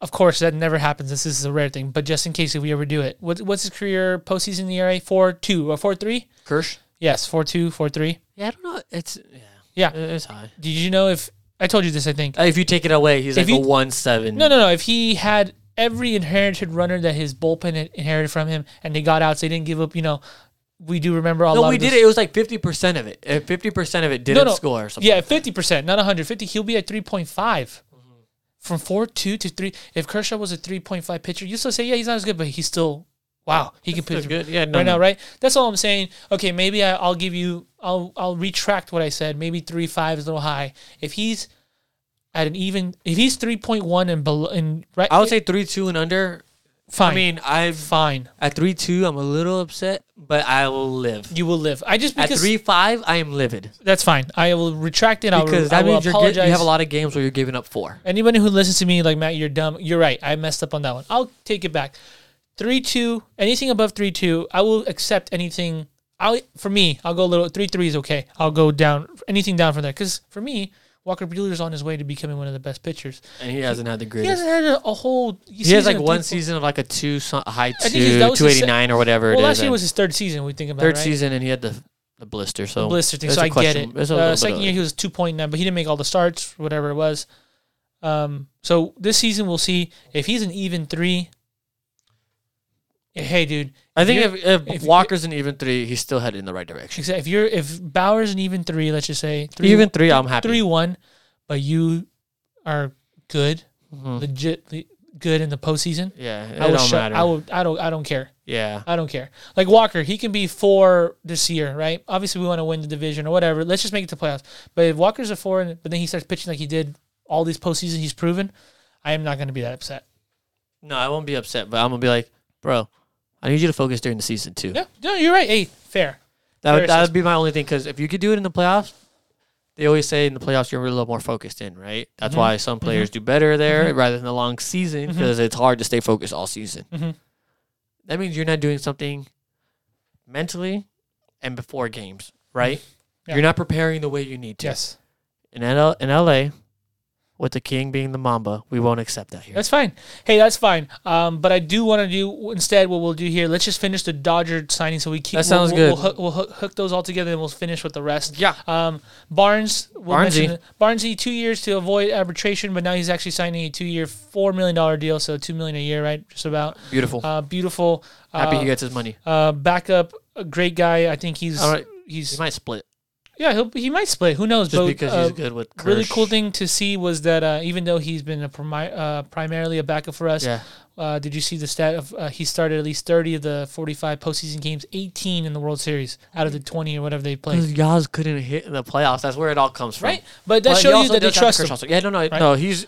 Speaker 1: of course, that never happens. This is a rare thing, but just in case if we ever do it, what, what's his career postseason ERA? Four two or four three?
Speaker 2: Kirsch.
Speaker 1: Yes, four two, four three.
Speaker 2: Yeah, I don't know. It's yeah.
Speaker 1: Yeah.
Speaker 2: It- It's high.
Speaker 1: Did you know if I told you this? I think
Speaker 2: Uh, If you take it away, he's
Speaker 1: If
Speaker 2: like a
Speaker 1: you-
Speaker 2: one seven.
Speaker 1: no, no, no. If he had every inherited runner that his bullpen had inherited from him, and they got outs, they didn't give up. You know, we do remember all.
Speaker 2: No, we did it. It was like fifty percent of it. Uh, Fifty percent of it didn't
Speaker 1: no.
Speaker 2: score. Or something.
Speaker 1: Yeah, fifty percent, not one hundred fifty. He'll be at three point five,
Speaker 2: Mm-hmm.
Speaker 1: from four two to three. If Kershaw was a three point five pitcher, you still say yeah, he's not as good, but he's still wow, he can
Speaker 2: That's
Speaker 1: pitch
Speaker 2: good. Yeah, no,
Speaker 1: right now,
Speaker 2: no.
Speaker 1: right? That's all I'm saying. Okay, maybe I, I'll give you, I'll I'll retract what I said. Maybe three five is a little high. If he's at an even, if he's three point one and below, and right,
Speaker 2: I would say three two and under.
Speaker 1: fine.
Speaker 2: I mean, I've
Speaker 1: fine,
Speaker 2: at three two, I'm a little upset, but I will live.
Speaker 1: you will live. I just
Speaker 2: At
Speaker 1: because
Speaker 2: three five, I am livid
Speaker 1: that's fine. I will retract it. I'll,
Speaker 2: because
Speaker 1: I
Speaker 2: that
Speaker 1: will
Speaker 2: means you're
Speaker 1: apologize.
Speaker 2: get, you have a lot of games where you're giving up four.
Speaker 1: Anybody who listens to me like Matt, you're dumb. You're right. I messed up on that one. I'll take it back. Three two. Anything above three two, I will accept anything. I'll for me, I'll go a little three three is okay. I'll go down anything down from there because for me, Walker Bueller's on his way to becoming one of the best pitchers.
Speaker 2: And he hasn't had the
Speaker 1: He
Speaker 2: greatest.
Speaker 1: hasn't had a, a whole.
Speaker 2: He has like one season of like a two, so- a high
Speaker 1: think his-
Speaker 2: two,
Speaker 1: that was
Speaker 2: two
Speaker 1: his se-
Speaker 2: eighty nine or whatever.
Speaker 1: Well,
Speaker 2: it is.
Speaker 1: last year
Speaker 2: and
Speaker 1: was his third season. We think about
Speaker 2: third
Speaker 1: right?
Speaker 2: season, and he had the the blister. So
Speaker 1: blister thing.
Speaker 2: there's
Speaker 1: So
Speaker 2: a
Speaker 1: I get
Speaker 2: question-
Speaker 1: it.
Speaker 2: there's a little
Speaker 1: Uh,
Speaker 2: bit
Speaker 1: second
Speaker 2: of-
Speaker 1: year he was two point nine, but he didn't make all the starts, whatever it was. Um, so this season we'll see if he's an even three. Hey, dude.
Speaker 2: I think
Speaker 1: you're-
Speaker 2: if, if,
Speaker 1: if-
Speaker 2: Walker's an even three, he's still headed in the right direction.
Speaker 1: Exa- If you're if Bauer's an even three, let's just say three
Speaker 2: even three, I'm happy.
Speaker 1: three one, but you are good,
Speaker 2: Mhm.
Speaker 1: legit good in the postseason.
Speaker 2: Yeah, it
Speaker 1: I will
Speaker 2: don't
Speaker 1: shut-
Speaker 2: matter.
Speaker 1: I will. I don't. I don't care.
Speaker 2: yeah,
Speaker 1: I don't care. Like Walker, he can be four this year, right? Obviously, we want to win the division or whatever. Let's just make it to playoffs. But if Walker's a four, and, but then he starts pitching like he did all these postseason, he's proven. I am not going to be that upset.
Speaker 2: no, I won't be upset, but I'm gonna be like, bro, I need you to focus during the season too.
Speaker 1: Yeah, no, you're right. Hey, fair.
Speaker 2: that would
Speaker 1: fair
Speaker 2: that would be my only thing because if you could do it in the playoffs, they always say in the playoffs you're a little more focused in, right? That's
Speaker 1: Mm-hmm.
Speaker 2: why some players do better there rather than the long season because it's hard to stay focused all season.
Speaker 1: Mhm.
Speaker 2: That means you're not doing something mentally and before games, right?
Speaker 1: Yeah.
Speaker 2: You're not preparing the way you need to.
Speaker 1: Yes,
Speaker 2: in L- in LA, with the king being the Mamba, we won't accept that here.
Speaker 1: that's fine. Hey, that's fine. Um, but I do want to do instead what we'll do here. Let's just finish the Dodger signing so we keep.
Speaker 2: That sounds
Speaker 1: we'll, we'll-
Speaker 2: good.
Speaker 1: We'll, hook, we'll hook, hook those all together and we'll finish with the rest.
Speaker 2: yeah,
Speaker 1: Um, Barnes, we'll
Speaker 2: Barnesy.
Speaker 1: mention it. Barnesy, two years to avoid arbitration, but now he's actually signing a two-year, four million dollar deal, so two million a year, right? Just about.
Speaker 2: beautiful.
Speaker 1: Uh, beautiful. Uh,
Speaker 2: Happy he gets his money.
Speaker 1: uh, backup, a great guy. I think he's
Speaker 2: All right. He
Speaker 1: he's
Speaker 2: might split
Speaker 1: yeah he'll, he might split. Who knows?
Speaker 2: just
Speaker 1: but,
Speaker 2: because
Speaker 1: uh,
Speaker 2: he's good with Kirsch.
Speaker 1: Really cool thing to see was that uh, even though he's been a primi- uh, primarily a backup for us,
Speaker 2: Yeah,
Speaker 1: uh, did you see the stat of uh, he started at least 30 of the 45 postseason games, 18 in the World Series out of the 20 or whatever they played.
Speaker 2: because Yaz couldn't hit in the playoffs. That's where it all comes from.
Speaker 1: Right?
Speaker 2: But
Speaker 1: But that
Speaker 2: he
Speaker 1: shows you
Speaker 2: also
Speaker 1: that they
Speaker 2: does have
Speaker 1: trust him.
Speaker 2: Kirsch also. Yeah, no, no, no. He's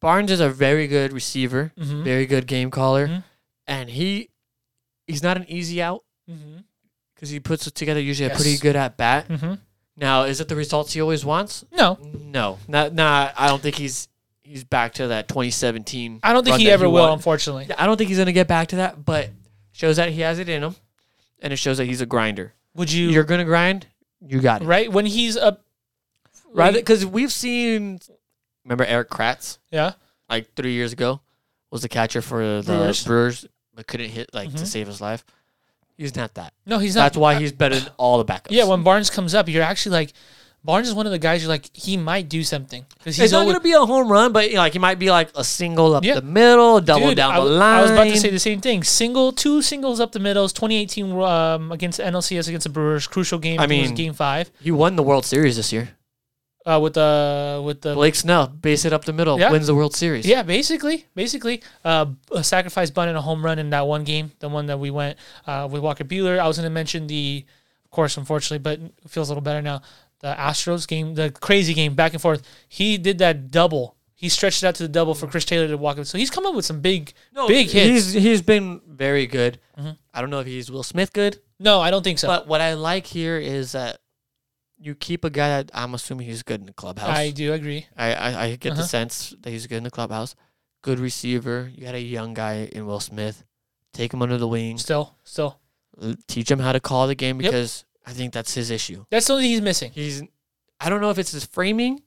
Speaker 2: Barnes is a very good receiver,
Speaker 1: Mhm.
Speaker 2: very good game caller,
Speaker 1: Mhm.
Speaker 2: and he he's not an easy out
Speaker 1: Mm-hmm.
Speaker 2: because he puts together usually
Speaker 1: Yes.
Speaker 2: a pretty good at bat.
Speaker 1: Mm-hmm.
Speaker 2: Now, is it the results he always wants?
Speaker 1: No,
Speaker 2: No, not not. I don't think he's he's back to that 2017.
Speaker 1: I don't think
Speaker 2: run
Speaker 1: he
Speaker 2: that
Speaker 1: ever will.
Speaker 2: won.
Speaker 1: Unfortunately,
Speaker 2: Yeah, I don't think he's gonna get back to that. But shows that he has it in him, and it shows that he's a grinder.
Speaker 1: would you?
Speaker 2: You're gonna grind. You got it.
Speaker 1: right when he's up.
Speaker 2: Rather, because we've seen. Remember Eric Kratz?
Speaker 1: yeah,
Speaker 2: like three years ago was the catcher for the
Speaker 1: Brewers.
Speaker 2: Brewers, but couldn't hit like to
Speaker 1: Mhm.
Speaker 2: save his life. Mm-hmm. He's not that.
Speaker 1: No, he's not.
Speaker 2: That's why he's better than all the backups.
Speaker 1: Yeah, when Barnes comes up, you're actually like, Barnes is one of the guys you're like, he might do something. Because
Speaker 2: it's not going to be a home run, but you know, like he might be like a single up
Speaker 1: Yeah.
Speaker 2: the middle, double
Speaker 1: Dude,
Speaker 2: down
Speaker 1: I,
Speaker 2: the
Speaker 1: w-
Speaker 2: line.
Speaker 1: I was about to say the same thing. Single, two singles up the middles. 2018 um, against NLCS against the Brewers, crucial game.
Speaker 2: I
Speaker 1: think it was
Speaker 2: mean-
Speaker 1: game five
Speaker 2: he won the World Series this year.
Speaker 1: uh, with the with the
Speaker 2: Blake Snell, base it up the middle,
Speaker 1: Yeah.
Speaker 2: wins the World Series.
Speaker 1: yeah, basically, basically, uh, a sacrifice bunt and a home run in that one game, the one that we went uh, with Walker Bueller. I was going to mention the, of course, unfortunately, but it feels a little better now. The Astros game, the crazy game, back and forth. He did that double. He stretched it out to the double for Chris Taylor to walk up. So he's come up with some big, big hits.
Speaker 2: He's he's been very good. I don't know if he's Will Smith good,
Speaker 1: no, I don't think so.
Speaker 2: but what I like here is that you keep a guy that I'm assuming he's good in the clubhouse.
Speaker 1: I
Speaker 2: I
Speaker 1: do agree.
Speaker 2: I, I, get
Speaker 1: Uh-huh.
Speaker 2: the sense that he's good in the clubhouse. Good receiver. You got a young guy in Will Smith. Take him under the wing.
Speaker 1: Still, still,
Speaker 2: L- Teach him how to call the game
Speaker 1: Yep.
Speaker 2: because I think that's his issue.
Speaker 1: that's the only thing he's missing.
Speaker 2: He's I don't know if it's his framing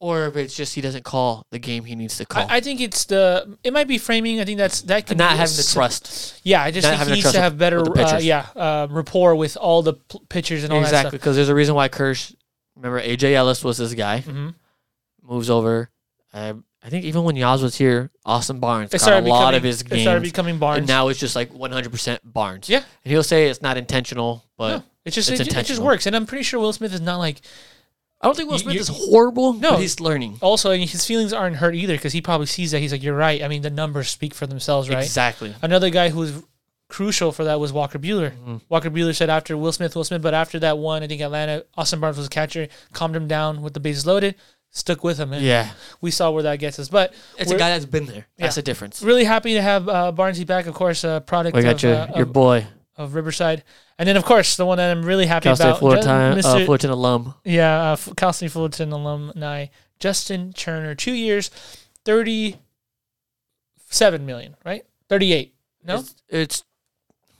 Speaker 2: or if it's just he doesn't call the game he needs to call.
Speaker 1: I, I think it's the. It might be framing. I think that's that could
Speaker 2: not
Speaker 1: be
Speaker 2: having the
Speaker 1: s-
Speaker 2: trust.
Speaker 1: Yeah, I just
Speaker 2: Not
Speaker 1: think
Speaker 2: having
Speaker 1: he
Speaker 2: to
Speaker 1: needs to
Speaker 2: trust
Speaker 1: have better,
Speaker 2: with the
Speaker 1: uh,
Speaker 2: pitchers.
Speaker 1: yeah, uh, rapport with all the p- pitchers and all
Speaker 2: exactly,
Speaker 1: that
Speaker 2: because there's a reason why Kirsch. Remember, AJ Ellis was this guy.
Speaker 1: stuff. hmm
Speaker 2: Moves over. Uh, I think even when Yaz was here, Austin Barnes
Speaker 1: It
Speaker 2: got a
Speaker 1: started
Speaker 2: lot
Speaker 1: becoming,
Speaker 2: of his
Speaker 1: It started
Speaker 2: games,
Speaker 1: becoming Barnes.
Speaker 2: and now it's just like 100% Barnes.
Speaker 1: Yeah.
Speaker 2: and he'll say it's not intentional, but
Speaker 1: no, it's just
Speaker 2: uh, it's
Speaker 1: it, ju- it just
Speaker 2: intentional.
Speaker 1: works, and I'm pretty sure Will Smith is not like.
Speaker 2: I don't think Will
Speaker 1: You-
Speaker 2: Smith
Speaker 1: you-
Speaker 2: is horrible.
Speaker 1: No.
Speaker 2: but he's learning.
Speaker 1: Also, and his feelings aren't hurt either because he probably sees that he's like, "You're right." I mean, the numbers speak for themselves, right?
Speaker 2: Exactly.
Speaker 1: Another guy who was crucial for that was Walker Bueller.
Speaker 2: Mm-hmm.
Speaker 1: Walker Bueller said after Will Smith, Will Smith, but after that one, I think Atlanta, Austin Barnes was a catcher, calmed him down with the bases loaded, stuck with him, and
Speaker 2: Yeah,
Speaker 1: we saw where that gets us. But
Speaker 2: it's
Speaker 1: we're-
Speaker 2: a guy that's been there. That's the difference.
Speaker 1: really happy to have uh, Barnesy back, of course, a product
Speaker 2: We got
Speaker 1: of,
Speaker 2: your
Speaker 1: uh,
Speaker 2: your
Speaker 1: of,
Speaker 2: boy,
Speaker 1: of Riverside. And then, of course, the one that I'm really happy
Speaker 2: Cal State
Speaker 1: about, Ju-
Speaker 2: Fullerton, uh,
Speaker 1: Mr.
Speaker 2: Fullerton alum.
Speaker 1: yeah, uh, F- Cal State Fullerton alumni Justin Turner, two years, thirty-seven million, right? Thirty-eight, No?
Speaker 2: it's, it's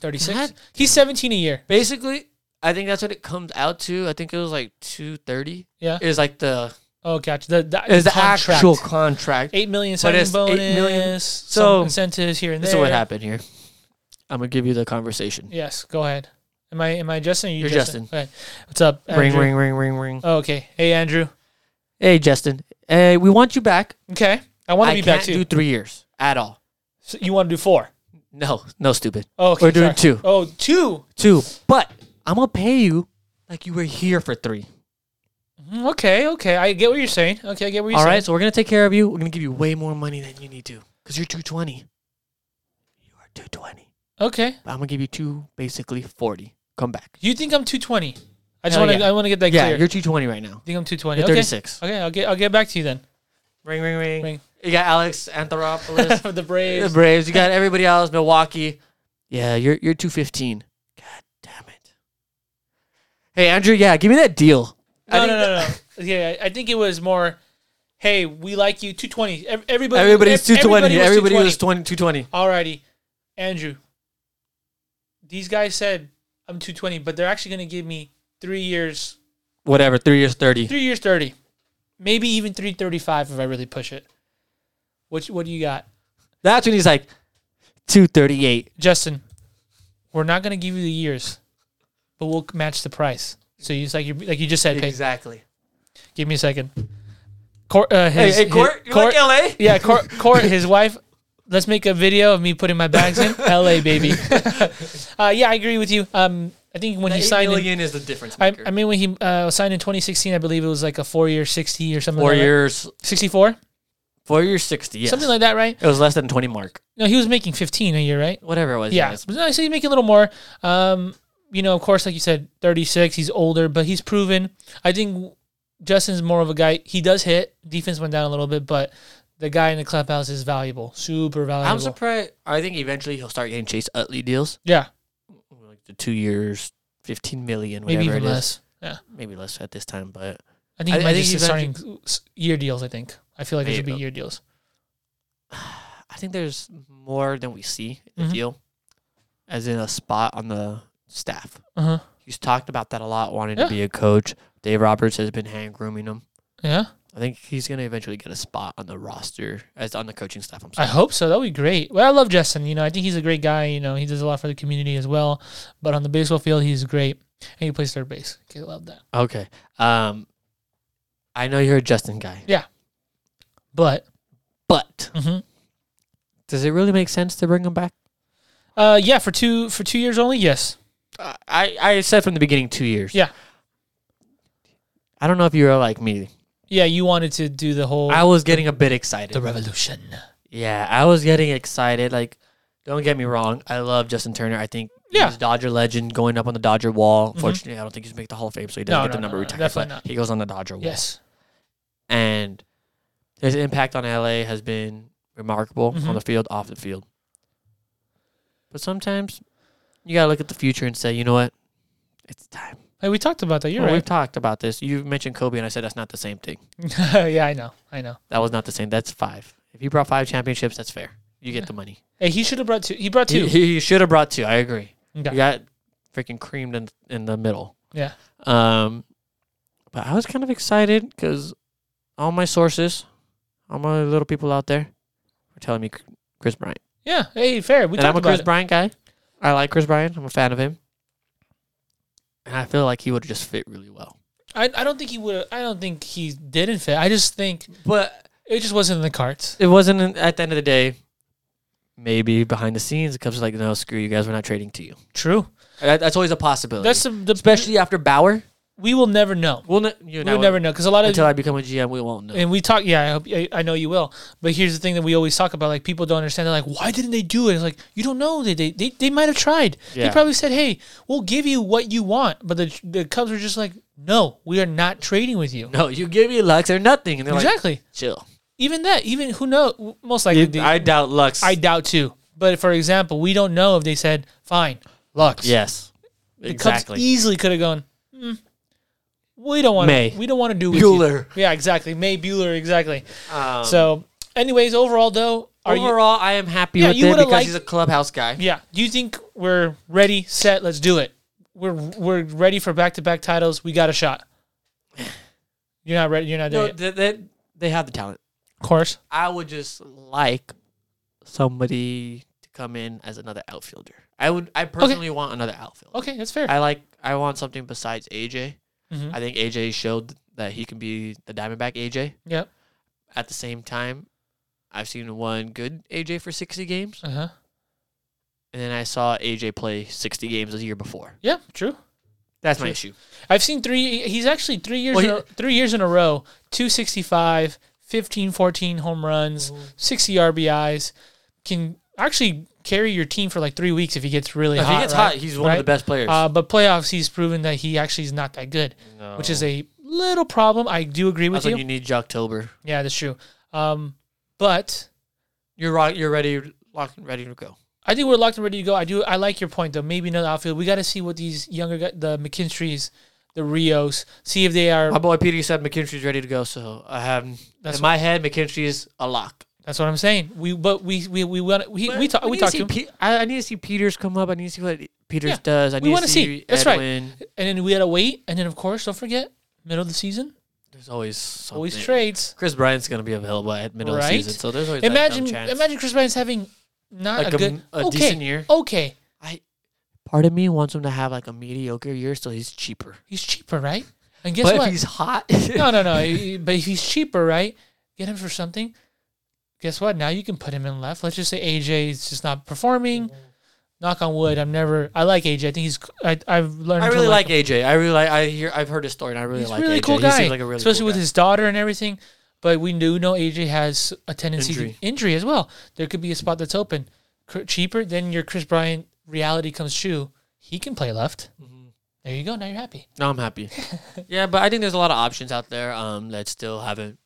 Speaker 1: thirty-six.
Speaker 2: That-
Speaker 1: He's seventeen a year.
Speaker 2: basically. I think that's what it comes out to. I think it was like two thirty.
Speaker 1: Yeah.
Speaker 2: is like the
Speaker 1: Oh, gotcha. The, the,
Speaker 2: is the
Speaker 1: contract.
Speaker 2: actual contract.
Speaker 1: eight million
Speaker 2: But
Speaker 1: signing
Speaker 2: it's
Speaker 1: bonus,
Speaker 2: eight million.
Speaker 1: some
Speaker 2: So-
Speaker 1: incentives here and there.
Speaker 2: This is what happened here. I'm gonna give you the conversation.
Speaker 1: Yes, go ahead. Am I am I Justin? Or you
Speaker 2: You're
Speaker 1: Justin.
Speaker 2: Justin.
Speaker 1: Okay. What's up, Andrew?
Speaker 2: Ring, ring, ring, ring, ring.
Speaker 1: Oh, okay. Hey, Andrew.
Speaker 2: Hey, Justin. Hey, we want you back.
Speaker 1: Okay. I want to be
Speaker 2: can't
Speaker 1: back too.
Speaker 2: do three years at all.
Speaker 1: So you want to do four?
Speaker 2: No, no, stupid.
Speaker 1: Oh, okay,
Speaker 2: We're doing
Speaker 1: sorry.
Speaker 2: two.
Speaker 1: Oh, two.
Speaker 2: Two. But I'm gonna pay you like you were here for three.
Speaker 1: Mm, Okay, okay. I get what you're saying. Okay, I get what you're
Speaker 2: All
Speaker 1: saying.
Speaker 2: right. So we're gonna take care of you. We're gonna give you way more money than you need to because you're 220. You are 220.
Speaker 1: Okay.
Speaker 2: But I'm gonna give you two, basically 40. Come back.
Speaker 1: You think I'm 220? I just
Speaker 2: Hell
Speaker 1: want to.
Speaker 2: yeah.
Speaker 1: I want to get that
Speaker 2: Yeah,
Speaker 1: clear.
Speaker 2: you're 220 right now.
Speaker 1: you think I'm 220?
Speaker 2: You're
Speaker 1: Okay.
Speaker 2: 36.
Speaker 1: Okay. I'll get. I'll get back to you then.
Speaker 2: Ring, ring, ring,
Speaker 1: Ring.
Speaker 2: You got Alex Anthropoulos.
Speaker 1: For <laughs> <laughs> the
Speaker 2: the
Speaker 1: Braves.
Speaker 2: Braves. You got everybody else. Milwaukee. Yeah, you're you're two fifteen. God damn it. Hey Andrew, yeah, give me that deal. I
Speaker 1: No, no,
Speaker 2: think <laughs>
Speaker 1: no, no. yeah, I think it was more. Hey, we like you. 220. Ev- Everybody.
Speaker 2: Everybody's two
Speaker 1: ev-
Speaker 2: twenty. Everybody was
Speaker 1: 220.
Speaker 2: twenty two twenty.
Speaker 1: Alrighty, Andrew. These guys said I'm 220, but they're actually going to give me three years
Speaker 2: Whatever, three years thirty.
Speaker 1: three years thirty, maybe even three thirty five if I really push it. What what do you got,
Speaker 2: That's when he's like two thirty eight.
Speaker 1: Justin? We're not gonna give you the years, but we'll match the price. So you like you like you just said, pay.
Speaker 2: Exactly.
Speaker 1: Give me a second. Court, uh,
Speaker 2: Hey,
Speaker 1: his,
Speaker 2: hey
Speaker 1: his-
Speaker 2: Court, you
Speaker 1: Court-
Speaker 2: like LA?
Speaker 1: yeah, court, court. His wife. Let's make a video of me putting my
Speaker 2: <laughs>
Speaker 1: bags in L.A. baby. uh, yeah, I agree with you. Um, I think when he signed, in,
Speaker 2: is the difference
Speaker 1: I, I mean when he uh, signed in 2016, I believe it was like a four-year 60 or something.
Speaker 2: four
Speaker 1: like that.
Speaker 2: years
Speaker 1: 64,
Speaker 2: four years sixty, yes.
Speaker 1: something like that, right?
Speaker 2: it was less than twenty mark.
Speaker 1: No, he was making 15 a year, right?
Speaker 2: Whatever it was.
Speaker 1: Yeah.
Speaker 2: yes.
Speaker 1: But no, so he's making a little more. Um, you know, of course, like you said, 36, he's older, but he's proven. I think Justin's more of a guy. He does hit. Defense went down a little bit, but the guy in the clubhouse is valuable, super valuable.
Speaker 2: I'm surprised I think eventually he'll start getting Chase Utley deals.
Speaker 1: Yeah,
Speaker 2: like the two years, fifteen million, whatever
Speaker 1: maybe
Speaker 2: it
Speaker 1: even
Speaker 2: is.
Speaker 1: less. Yeah.
Speaker 2: Maybe less at this time, but
Speaker 1: I think he
Speaker 2: I-
Speaker 1: might
Speaker 2: I think
Speaker 1: just be
Speaker 2: he's
Speaker 1: starting s- year deals, I think. I feel like it should be
Speaker 2: Yeah.
Speaker 1: year deals.
Speaker 2: I think there's more than we see in the
Speaker 1: Mhm.
Speaker 2: deal, as in a spot on the staff.
Speaker 1: Uh-huh.
Speaker 2: He's talked about that a lot, wanting
Speaker 1: Yeah.
Speaker 2: to be a coach. Dave Roberts has been hand grooming him.
Speaker 1: Yeah.
Speaker 2: I I think he's gonna eventually get a spot on the roster as on the coaching staff. I'm
Speaker 1: I
Speaker 2: sorry.
Speaker 1: hope so. That would be great. Well, I love Justin. You know, I think he's a great guy. You know, he does a lot for the community as well. But on the baseball field, he's great. And he plays third base. Okay, love that.
Speaker 2: Okay. Um, I know you're a Justin guy,
Speaker 1: But
Speaker 2: but
Speaker 1: mhm.
Speaker 2: does it really make sense to bring him back?
Speaker 1: uh, yeah, for two for two years only, yes.
Speaker 2: I I said from the beginning two years.
Speaker 1: Yeah.
Speaker 2: I don't know if you're like me.
Speaker 1: Yeah, you wanted to do the whole
Speaker 2: I was getting a bit excited.
Speaker 1: the revolution.
Speaker 2: Yeah, I was getting excited. Like, don't get me wrong. I love Justin Turner. I think
Speaker 1: Yeah. Mm-hmm.
Speaker 2: he's a Dodger legend going up on the Dodger wall. Fortunately, I don't think he's make the Hall of Fame, so he doesn't
Speaker 1: No,
Speaker 2: get the
Speaker 1: no,
Speaker 2: number
Speaker 1: no, no,
Speaker 2: retired.
Speaker 1: definitely
Speaker 2: but
Speaker 1: not.
Speaker 2: He goes on the Dodger wall.
Speaker 1: Yes.
Speaker 2: And his impact on LA has been remarkable
Speaker 1: Mhm.
Speaker 2: on the field, off the field. But sometimes you gotta look at the future and say, you know what? It's time.
Speaker 1: Hey, we talked about that. You're
Speaker 2: Well, We've talked about this. You mentioned Kobe, and I said that's not the same thing.
Speaker 1: right. <laughs> yeah, I know. I know.
Speaker 2: That was not the same. That's five. If you brought five championships, that's fair. You get the money.
Speaker 1: Hey, he should have brought two. He brought two.
Speaker 2: He, he- he should have brought two. I agree.
Speaker 1: Okay.
Speaker 2: He got freaking creamed in in the middle.
Speaker 1: Yeah.
Speaker 2: Um, but I was kind of excited because all my sources, all my little people out there, were telling me C- Chris Bryant,
Speaker 1: Yeah. Hey, fair. We
Speaker 2: and I'm
Speaker 1: talked
Speaker 2: a
Speaker 1: about
Speaker 2: Chris
Speaker 1: it.
Speaker 2: Bryant guy. I like Chris Bryant. I'm a fan of him, and I feel like he would just fit really well.
Speaker 1: I, I don't think he would. I don't think he didn't fit. I just think
Speaker 2: But
Speaker 1: it just wasn't in the cards.
Speaker 2: it wasn't an- at the end of the day. Maybe behind the scenes, it comes like, no, screw you guys. We're not trading to you.
Speaker 1: True.
Speaker 2: That, that's always a possibility.
Speaker 1: That's the, the
Speaker 2: especially after Bauer.
Speaker 1: we will never know.
Speaker 2: We'll ne- you and I
Speaker 1: We'll
Speaker 2: will-
Speaker 1: never know because a lot of
Speaker 2: until I become a GM, we won't know.
Speaker 1: and we talk. Yeah, I hope I, I know you will. But here's the thing that we always talk about: like people don't understand. They're like, why didn't they do it? It's like you don't know. They they they, they might have tried. They
Speaker 2: Yeah.
Speaker 1: probably said, hey, we'll give you what you want. But the the Cubs were just like, no, we are not trading with you.
Speaker 2: no, you give me Lux or nothing, and they're like,
Speaker 1: exactly.
Speaker 2: chill.
Speaker 1: even that. Even who knows? Most likely, the-
Speaker 2: I doubt Lux.
Speaker 1: I doubt too. But for example, we don't know if they said fine, Lux.
Speaker 2: yes,
Speaker 1: the Cubs
Speaker 2: exactly.
Speaker 1: easily could have gone. Mm, we don't want.
Speaker 2: May.
Speaker 1: We don't want to do with
Speaker 2: Bueller.
Speaker 1: You. Yeah, exactly. May Bueller. Exactly.
Speaker 2: Um,
Speaker 1: so, anyways, overall though, are you?
Speaker 2: overall, I am happy
Speaker 1: Yeah,
Speaker 2: with
Speaker 1: you
Speaker 2: it
Speaker 1: would've
Speaker 2: because
Speaker 1: liked-
Speaker 2: he's a clubhouse guy.
Speaker 1: Yeah. Do you think we're ready, set? Let's do it. We're we're ready for back to back titles. We got
Speaker 2: <sighs>
Speaker 1: a shot. You're not ready. You're not there
Speaker 2: No,
Speaker 1: yet.
Speaker 2: they, they, they have the talent.
Speaker 1: Of course.
Speaker 2: I would just like somebody to come in as another outfielder. I would. I personally want another outfielder.
Speaker 1: Okay, that's fair.
Speaker 2: I like. I want something besides AJ.
Speaker 1: Mhm.
Speaker 2: I think AJ showed that he can be the Diamondback AJ.
Speaker 1: yeah.
Speaker 2: At the same time, I've seen one good AJ for 60 games,
Speaker 1: Uh huh.
Speaker 2: and then I saw AJ play 60 games the year before.
Speaker 1: Yeah. True.
Speaker 2: That's my
Speaker 1: True.
Speaker 2: issue.
Speaker 1: I've seen three. He's actually three years
Speaker 2: Well,
Speaker 1: in a, three years in a row. 265, 15, 14 home runs, 60 RBIs. Can actually carry your team for like three weeks if he gets really
Speaker 2: If
Speaker 1: hot.
Speaker 2: he gets
Speaker 1: right?
Speaker 2: hot, he's one of
Speaker 1: Right?
Speaker 2: the best players.
Speaker 1: Uh, but playoffs, he's proven that he actually is not that good, which is a little problem. I do agree with
Speaker 2: that's
Speaker 1: you.
Speaker 2: when you need Jocktober.
Speaker 1: Yeah, that's true. Um, but
Speaker 2: You're right. You're ready, locked, and ready to go.
Speaker 1: I think we're locked and ready to go. I do. I like your point though. Maybe another outfield. We got to see what these younger guys, the McKinstrys, the Rios, see if they are.
Speaker 2: My boy Petey said McKinstry's ready to go, so I have
Speaker 1: That's
Speaker 2: in my head McKinstry's a lock.
Speaker 1: That's what I'm saying. We but we we we want we we talk,
Speaker 2: I
Speaker 1: we talked to him,
Speaker 2: I, I need to see Peters come up. I need to see what Peters
Speaker 1: Yeah,
Speaker 2: does. I
Speaker 1: we
Speaker 2: need
Speaker 1: wanna
Speaker 2: to
Speaker 1: see.
Speaker 2: see.
Speaker 1: That's right.
Speaker 2: Edwin.
Speaker 1: and then we had to wait, and then of course don't forget middle of the season
Speaker 2: There's always something.
Speaker 1: always trades.
Speaker 2: Chris Bryant's gonna be available at middle of
Speaker 1: Right?
Speaker 2: the season, so there's always
Speaker 1: Imagine
Speaker 2: that dumb chance.
Speaker 1: imagine Chris Bryant's having not
Speaker 2: Like
Speaker 1: a
Speaker 2: a
Speaker 1: good
Speaker 2: m- a
Speaker 1: okay,
Speaker 2: decent year.
Speaker 1: Okay,
Speaker 2: Part of me wants him to have like a mediocre year, so he's cheaper.
Speaker 1: he's cheaper, right? And guess
Speaker 2: but
Speaker 1: what?
Speaker 2: if he's hot, <laughs>
Speaker 1: no, no, no. he- but if he's cheaper, right? Get him for something. Guess what? Now you can put him in left. Let's just say AJ is just not performing. Knock on wood. I'm never. I like AJ. I think he's. I, I've learned.
Speaker 2: I
Speaker 1: to
Speaker 2: really
Speaker 1: like
Speaker 2: like AJ. I really like. I hear. I've heard his story, and I really
Speaker 1: He's
Speaker 2: like
Speaker 1: a really
Speaker 2: AJ.
Speaker 1: cool
Speaker 2: he
Speaker 1: guy,
Speaker 2: seems like a really
Speaker 1: especially
Speaker 2: cool
Speaker 1: with
Speaker 2: guy.
Speaker 1: his daughter and everything. But we do know AJ has a tendency
Speaker 2: Injury.
Speaker 1: to injury as well. There could be a spot that's open, Cr- cheaper. Then your Chris Bryant reality comes true. He can play left. There you go. Now you're happy.
Speaker 2: Mm-hmm. No, I'm
Speaker 1: <laughs>
Speaker 2: happy. yeah, but I think there's a lot of options out there um, that still haven't.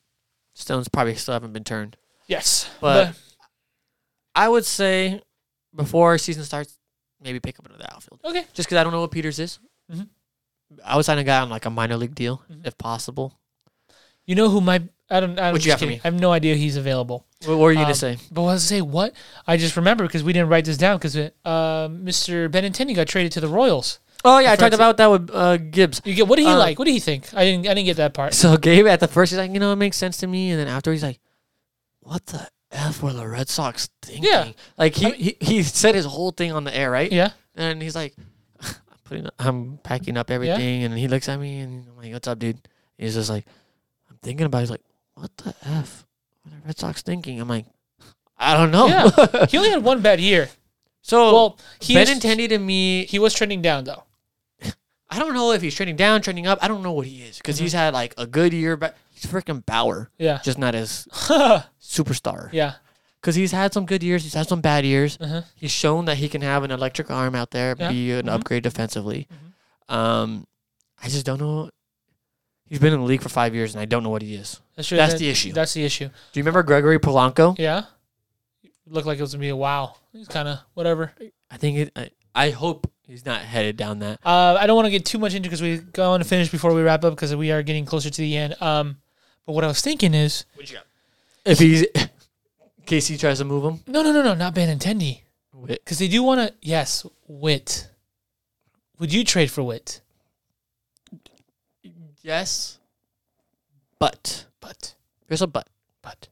Speaker 2: Stones probably still haven't been turned.
Speaker 1: Yes,
Speaker 2: But, I would say before season starts, maybe pick up another outfield.
Speaker 1: but- okay,
Speaker 2: Just because I don't know what Peters is.
Speaker 1: Mhm.
Speaker 2: I would sign a guy on like a minor league deal
Speaker 1: Mm-hmm.
Speaker 2: if possible.
Speaker 1: you know who my I don't. I don't
Speaker 2: What you
Speaker 1: just
Speaker 2: got for
Speaker 1: kidding.
Speaker 2: me?
Speaker 1: I have no idea he's available.
Speaker 2: What what were you
Speaker 1: Um,
Speaker 2: gonna say?
Speaker 1: But what was I say what I just remember because we didn't write this down because uh, Mr. Benintendi got traded to the Royals.
Speaker 2: Oh yeah, I
Speaker 1: Friends-
Speaker 2: talked about that with uh, Gibbs. <laughs>
Speaker 1: You get what do you
Speaker 2: Uh,
Speaker 1: like? What do you think? I didn't I didn't get that part.
Speaker 2: So Gabe at the first he's like, you know, it makes sense to me, and then after he's like, what the f were the Red Sox thinking?
Speaker 1: Yeah.
Speaker 2: Like he,
Speaker 1: I mean-
Speaker 2: he he said his whole thing on the air, right?
Speaker 1: Yeah.
Speaker 2: And he's like, <laughs> I'm putting, I'm packing up everything, and he looks at me, and I'm like, what's up, dude? He's just like, I'm thinking about. It. He's like, what the f were the Red Sox thinking? I'm like, I don't know.
Speaker 1: Yeah. he only had one bad year.
Speaker 2: <laughs> so
Speaker 1: Well, he was,
Speaker 2: Benintendi to me,
Speaker 1: he was trending down though.
Speaker 2: I don't know if he's trending down, trending up. I don't know what he is because he's had like a good year, but he's freaking Bauer, <laughs>
Speaker 1: Yeah.
Speaker 2: just not as superstar.
Speaker 1: yeah.
Speaker 2: Because he's had some good years, he's had some bad years.
Speaker 1: Uh-huh.
Speaker 2: He's shown that he can have an electric arm out there,
Speaker 1: Yeah.
Speaker 2: be an
Speaker 1: Mhm.
Speaker 2: upgrade defensively. Um, I just don't know. He's been in the league for five years, and I don't know what he is.
Speaker 1: That's true.
Speaker 2: That's
Speaker 1: That-
Speaker 2: the issue.
Speaker 1: That's the issue.
Speaker 2: Do you remember Gregory Polanco?
Speaker 1: Yeah. Looked like it was gonna be a wow. He's kind of whatever.
Speaker 2: I think it, I, I hope he's not headed down that.
Speaker 1: Uh, I don't want to get too much into because we go on to finish before we wrap up because we are getting closer to the end. Um, but what I was thinking is
Speaker 2: If he's <laughs> Casey tries to move him,
Speaker 1: no, no, no, no, not Benintendi
Speaker 2: Wait,
Speaker 1: because they do want to. Yes, Wit. Would you trade for Wit?
Speaker 2: yes, but
Speaker 1: But
Speaker 2: there's a but.
Speaker 1: but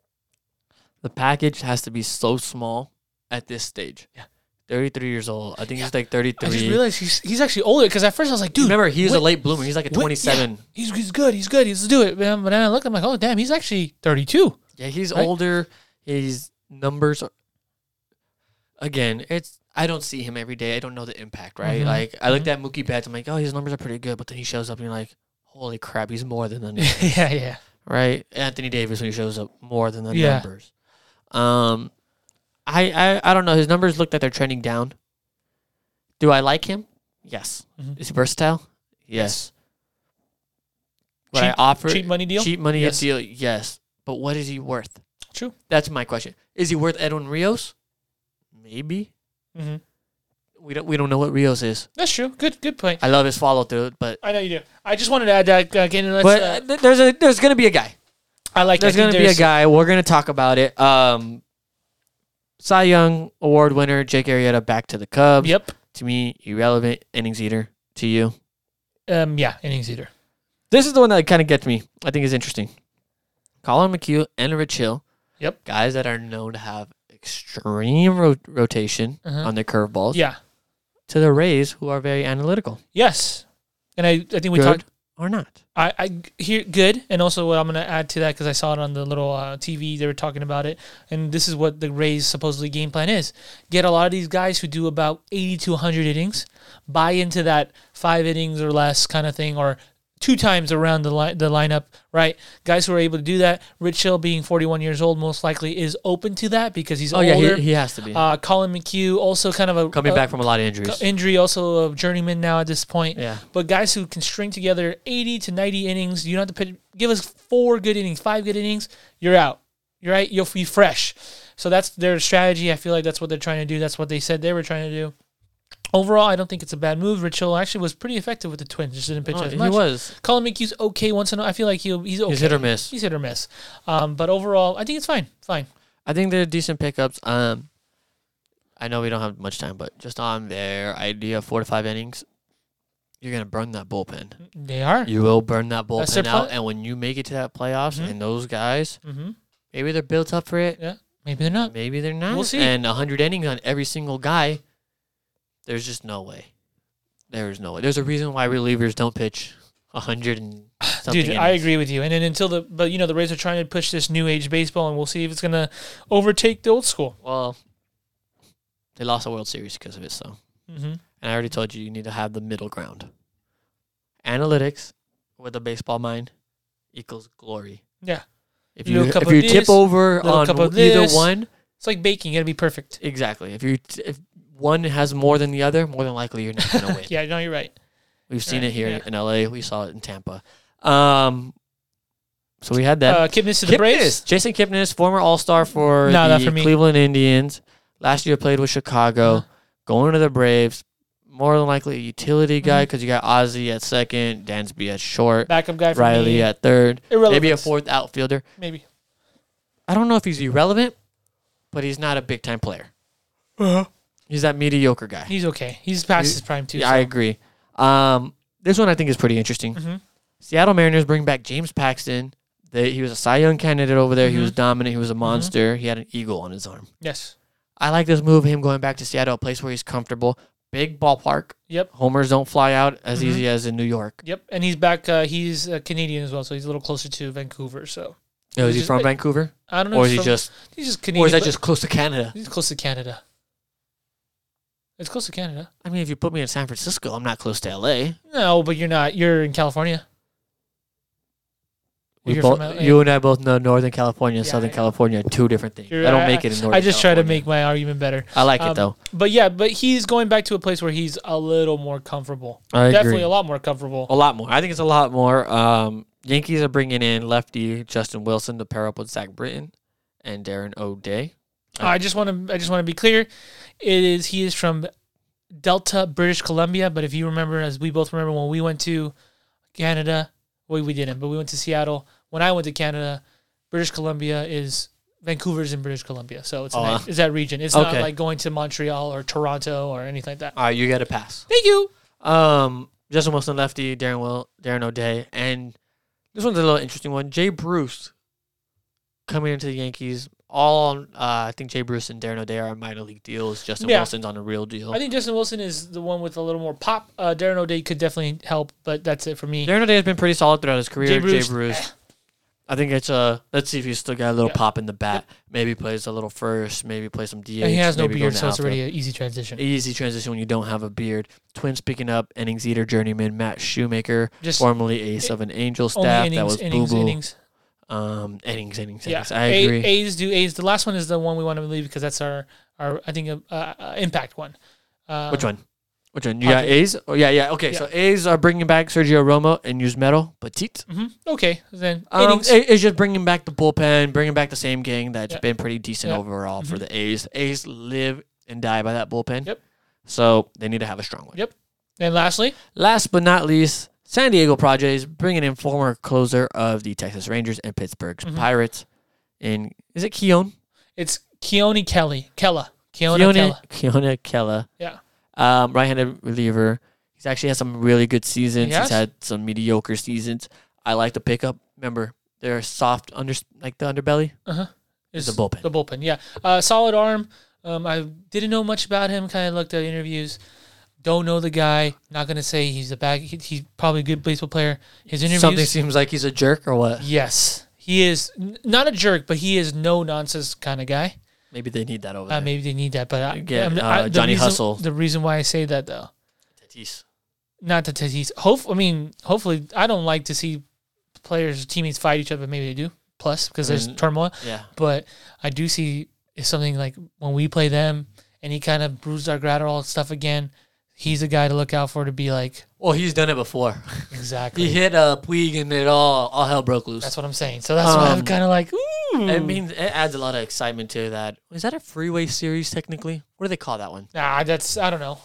Speaker 2: The package has to be so small at this stage.
Speaker 1: Yeah.
Speaker 2: 33 years old. I think
Speaker 1: Yeah.
Speaker 2: he's like 33.
Speaker 1: I just realized he's he's actually older because at first I was like, dude,
Speaker 2: Remember, he was a
Speaker 1: Wit-
Speaker 2: late bloomer. He's like a
Speaker 1: Wit- yeah,
Speaker 2: 27.
Speaker 1: he's he's good, he's good, he's do it. man. But then I looked, I'm like, oh damn, he's actually
Speaker 2: <laughs>
Speaker 1: 32.
Speaker 2: Yeah, he's
Speaker 1: Right?
Speaker 2: older. His numbers are. Again, it's I don't see him every day. I don't know the impact, right?
Speaker 1: Mhm.
Speaker 2: Like I looked at Mookie Betts. I'm like, oh, his numbers are pretty good. But then he shows up, and you're like, holy crap, he's more <laughs> than the numbers,
Speaker 1: <laughs> yeah, yeah,
Speaker 2: right? Anthony Davis when he shows up, more than the
Speaker 1: Yeah.
Speaker 2: numbers. Um, I, I I don't know. His numbers look like they're trending down. Do I like him? Yes.
Speaker 1: Mhm.
Speaker 2: Is he versatile? Yes. Would I
Speaker 1: Cheap-
Speaker 2: offer
Speaker 1: cheap money deal.
Speaker 2: Cheap money
Speaker 1: Yes.
Speaker 2: deal, yes. But what is he worth?
Speaker 1: True.
Speaker 2: That's my question. Is he worth Edwin Rios? Maybe.
Speaker 1: hmm
Speaker 2: We don't we don't know what Rios is.
Speaker 1: That's true. Good good point.
Speaker 2: I love his follow through, but
Speaker 1: I know you do. I just wanted to add that. Uh, again, let's,
Speaker 2: but
Speaker 1: uh,
Speaker 2: uh, th- there's a there's gonna be a guy.
Speaker 1: I like.
Speaker 2: There's
Speaker 1: I think
Speaker 2: gonna be a guy. We're gonna talk about it. Um, Cy Young Award winner Jake Arrieta back to the Cubs.
Speaker 1: Yep.
Speaker 2: To me, irrelevant innings eater. To you,
Speaker 1: Um. Yeah. Innings eater.
Speaker 2: this is the one that kind of gets me. I think is interesting. Colin McHugh and Rich Hill.
Speaker 1: Yep.
Speaker 2: Guys that are known to have extreme ro- rotation
Speaker 1: Uh-huh.
Speaker 2: on their curveballs.
Speaker 1: Yeah.
Speaker 2: to the Rays, who are very analytical,
Speaker 1: Yes. And I, I think we
Speaker 2: Good.
Speaker 1: talked.
Speaker 2: or not.
Speaker 1: I, I hear good, and also what I'm gonna add to that because I saw it on the little uh, TV they were talking about it, and this is what the Rays supposedly game plan is: get a lot of these guys who do about 80 to 100 innings, buy into that five innings or less kind of thing, or two times around the li- the lineup, right? Guys who are able to do that. Rich Hill, being 41 years old, most likely is open to that because he's
Speaker 2: Oh
Speaker 1: older.
Speaker 2: yeah, he, he has to be
Speaker 1: uh, Colin McHugh also kind of a
Speaker 2: coming
Speaker 1: a-
Speaker 2: back from a lot of injuries.
Speaker 1: injury, also a journeyman now at this point.
Speaker 2: yeah,
Speaker 1: But guys who can string together 80 to 90 innings, you don't have to put, give us four good innings, five good innings, you're out. You're right. You'll be fresh. So that's their strategy. I feel like that's what they're trying to do. That's what they said they were trying to do. Overall, I don't think it's a bad move. Rich Hill actually was pretty effective with the Twins. Just didn't pitch
Speaker 2: Oh,
Speaker 1: as
Speaker 2: he
Speaker 1: much.
Speaker 2: was.
Speaker 1: Colin McHugh's okay once in a while. I feel like he'll, he's okay.
Speaker 2: He's hit or miss.
Speaker 1: He's hit or miss. Um, but overall, I think it's fine. Fine.
Speaker 2: I think they're decent pickups. Um, I know we don't have much time, but just on their idea, four to five innings, you're gonna burn that bullpen.
Speaker 1: They are. <laughs>
Speaker 2: You will burn that
Speaker 1: That's their
Speaker 2: bullpen out,
Speaker 1: plan.
Speaker 2: and when you make it to that playoffs,
Speaker 1: Mhm.
Speaker 2: and those guys,
Speaker 1: hmm
Speaker 2: maybe they're built up for it,
Speaker 1: Yeah. Maybe they're not.
Speaker 2: maybe they're not.
Speaker 1: We'll see.
Speaker 2: And hundred innings on every single guy, there's just no way. There's no way. There's a reason why relievers don't pitch hundred and something.
Speaker 1: <laughs> Dude, I
Speaker 2: innings.
Speaker 1: agree with you. And then until the but you know the Rays are trying to push this new age baseball, and we'll see if it's gonna overtake the old school.
Speaker 2: Well, they lost the World Series because of it, so.
Speaker 1: Mm-hmm.
Speaker 2: And I already told you, you need to have the middle ground. Analytics with a baseball mind equals glory.
Speaker 1: Yeah.
Speaker 2: If
Speaker 1: Little
Speaker 2: you
Speaker 1: cup
Speaker 2: if
Speaker 1: of
Speaker 2: you
Speaker 1: this,
Speaker 2: tip over
Speaker 1: little
Speaker 2: on
Speaker 1: cup of
Speaker 2: w- either
Speaker 1: this.
Speaker 2: one,
Speaker 1: It's like baking; you gotta be perfect.
Speaker 2: exactly. If you t- if one has more than the other, more than likely you're not gonna win.
Speaker 1: <laughs> Yeah, no, you're right.
Speaker 2: We've seen
Speaker 1: Right,
Speaker 2: it here
Speaker 1: yeah.
Speaker 2: in LA. We saw it in Tampa. Um, so we had that.
Speaker 1: Uh, Kipnis to the Braves.
Speaker 2: Kipnis. Jason Kipnis, former All Star for
Speaker 1: No,
Speaker 2: the
Speaker 1: not for me. Uh-huh.
Speaker 2: Cleveland Indians. Last year played with Chicago. Going to the Braves. More than likely a utility
Speaker 1: Mm-hmm.
Speaker 2: guy because you got Ozzy at second, Dansby at short,
Speaker 1: Backup guy for
Speaker 2: Riley
Speaker 1: me.
Speaker 2: at third,
Speaker 1: Irrelevant.
Speaker 2: maybe a fourth outfielder.
Speaker 1: Maybe.
Speaker 2: I don't know if he's irrelevant, but he's not a big time player. He's that mediocre guy.
Speaker 1: Uh-huh. He's okay. He's past
Speaker 2: You-
Speaker 1: his prime too.
Speaker 2: yeah,
Speaker 1: so.
Speaker 2: I agree. Um, this one I think is pretty interesting.
Speaker 1: Mhm.
Speaker 2: Seattle Mariners bring back James Paxton. They, he was a Cy Young candidate over there.
Speaker 1: Mm-hmm.
Speaker 2: He was dominant. He was a monster. He had an eagle on his arm.
Speaker 1: Yes.
Speaker 2: I like this move. Him going back to Seattle, a place where he's comfortable. Big ballpark.
Speaker 1: Yep.
Speaker 2: Homers don't fly out as
Speaker 1: Mhm.
Speaker 2: easy as in New York.
Speaker 1: Yep. And he's back. Uh, he's uh, Canadian as well, so he's a little closer to Vancouver. So
Speaker 2: Oh, is
Speaker 1: Which
Speaker 2: he
Speaker 1: is-
Speaker 2: from Vancouver,
Speaker 1: I don't know.
Speaker 2: or
Speaker 1: if
Speaker 2: is he
Speaker 1: he's from-
Speaker 2: just,
Speaker 1: He's just Canadian.
Speaker 2: or is that
Speaker 1: but
Speaker 2: just close to Canada?
Speaker 1: He's close to Canada. It's close to Canada.
Speaker 2: I mean, if you put me in San Francisco, I'm not close to L.A.
Speaker 1: No, but you're not. You're in California.
Speaker 2: We
Speaker 1: You're
Speaker 2: both,
Speaker 1: from LA.
Speaker 2: you and I both know Northern California and
Speaker 1: Yeah,
Speaker 2: Southern
Speaker 1: I know.
Speaker 2: California are two different things.
Speaker 1: You're-
Speaker 2: I don't make it in Northern.
Speaker 1: I just try to
Speaker 2: California.
Speaker 1: make my argument better.
Speaker 2: I like
Speaker 1: um,
Speaker 2: it though.
Speaker 1: But yeah, but he's going back to a place where he's a little more comfortable.
Speaker 2: I agree.
Speaker 1: Definitely a lot more comfortable.
Speaker 2: A lot more. I think it's a lot more. Um, Yankees are bringing in lefty Justin Wilson to pair up with Zach Britton and Darren O'Day.
Speaker 1: I just want to. I just want to be clear. It is he is from Delta, British Columbia. But if you remember, as we both remember, when we went to Canada, well, we didn't, but we went to Seattle. When I went to Canada, British Columbia is Vancouver's in British Columbia, so it's,
Speaker 2: Oh,
Speaker 1: that,
Speaker 2: uh,
Speaker 1: it's that region. It's not
Speaker 2: okay.
Speaker 1: like going to Montreal or Toronto or anything like that.
Speaker 2: All right, Ah, you get a pass.
Speaker 1: Thank you.
Speaker 2: Um, Justin Wilson lefty, Darren Will, Darren O'Day, and this one's a little interesting one. Jay Bruce coming into the Yankees. All uh, I think Jay Bruce and Darren O'Day are on minor league deals. Justin
Speaker 1: Yeah.
Speaker 2: Wilson's on a real deal.
Speaker 1: I think Justin Wilson is the one with a little more pop. Uh, Darren O'Day could definitely help, but that's it for me.
Speaker 2: Darren O'Day has been pretty solid throughout his career.
Speaker 1: Jay
Speaker 2: Jay
Speaker 1: Bruce, eh.
Speaker 2: Bruce. I think it's a. Let's see if he's still got a little
Speaker 1: Yeah.
Speaker 2: pop in the bat. Maybe plays a little first. Maybe play some DH.
Speaker 1: and he has no
Speaker 2: maybe go
Speaker 1: beard,
Speaker 2: in the
Speaker 1: so it's
Speaker 2: outfield.
Speaker 1: already an easy transition.
Speaker 2: easy transition when you don't have a beard. Twins picking up innings eater journeyman Matt Shoemaker,
Speaker 1: Just
Speaker 2: formerly ace of an Angel
Speaker 1: only
Speaker 2: staff that
Speaker 1: innings,
Speaker 2: was boo
Speaker 1: innings,
Speaker 2: boo.
Speaker 1: innings.
Speaker 2: Um, innings, innings,
Speaker 1: Yeah,
Speaker 2: innings. I
Speaker 1: A-
Speaker 2: agree.
Speaker 1: A's do A's. The last one is the one we want to leave because that's our our I think uh, uh, impact one. Uh,
Speaker 2: Which one? Which one? You
Speaker 1: I
Speaker 2: got
Speaker 1: think-
Speaker 2: A's? Oh yeah, yeah. Okay,
Speaker 1: Yeah.
Speaker 2: so A's are bringing back Sergio Romo and Yuzmetal Petit.
Speaker 1: hmm Okay, then
Speaker 2: Um,
Speaker 1: innings.
Speaker 2: it- it's just bringing back the bullpen, bringing back the same gang that's
Speaker 1: Yeah.
Speaker 2: been pretty decent
Speaker 1: Yeah. Mm-hmm.
Speaker 2: overall for the A's. A's live and die by that bullpen.
Speaker 1: Yep.
Speaker 2: So they need to have a strong one.
Speaker 1: Yep. and lastly,
Speaker 2: Last but not least, San Diego Padres bringing in former closer of the Texas Rangers and Pittsburgh's
Speaker 1: Mhm.
Speaker 2: Pirates. And is it Keon?
Speaker 1: it's Keone Kelly, Kella, Keone
Speaker 2: Keone
Speaker 1: Kella.
Speaker 2: Keone Kella.
Speaker 1: Yeah.
Speaker 2: Um, right-handed reliever. He's actually had some really good seasons. He's
Speaker 1: Yes.
Speaker 2: had some mediocre seasons. I like the pickup. Remember, they're soft under like the underbelly.
Speaker 1: is
Speaker 2: The bullpen.
Speaker 1: The bullpen, yeah. Uh, solid arm. Um, I didn't know much about him. Kind of looked at interviews. Don't know the guy. Not gonna say he's a bag. He, he's probably a good baseball player. His interviews.
Speaker 2: Something seems like he's a jerk or what?
Speaker 1: yes, he is n- not a jerk, but he is no nonsense kind of guy.
Speaker 2: Maybe they need that over
Speaker 1: Uh,
Speaker 2: there.
Speaker 1: maybe they need that, but I,
Speaker 2: Get,
Speaker 1: I'm-
Speaker 2: uh,
Speaker 1: I- the
Speaker 2: Johnny
Speaker 1: reason-
Speaker 2: Hustle.
Speaker 1: The reason why I say that though,
Speaker 2: Tatis.
Speaker 1: not that he's hope. I mean, hopefully, I don't like to see players teammates fight each other. but Maybe they do. Plus, because there's
Speaker 2: Mm.
Speaker 1: turmoil.
Speaker 2: Yeah.
Speaker 1: but I do see is something like when we play them and he kind of bruised our gratterall stuff again. He's a guy to look out for to be like
Speaker 2: Well, he's done it before.
Speaker 1: exactly.
Speaker 2: he hit a Puig and it all all hell broke loose.
Speaker 1: That's what I'm saying. So that's why I'm
Speaker 2: Um,
Speaker 1: kind of like, ooh.
Speaker 2: It means it adds a lot of excitement to that. Is that a freeway series technically? What do they call that one?
Speaker 1: nah, that's I don't know.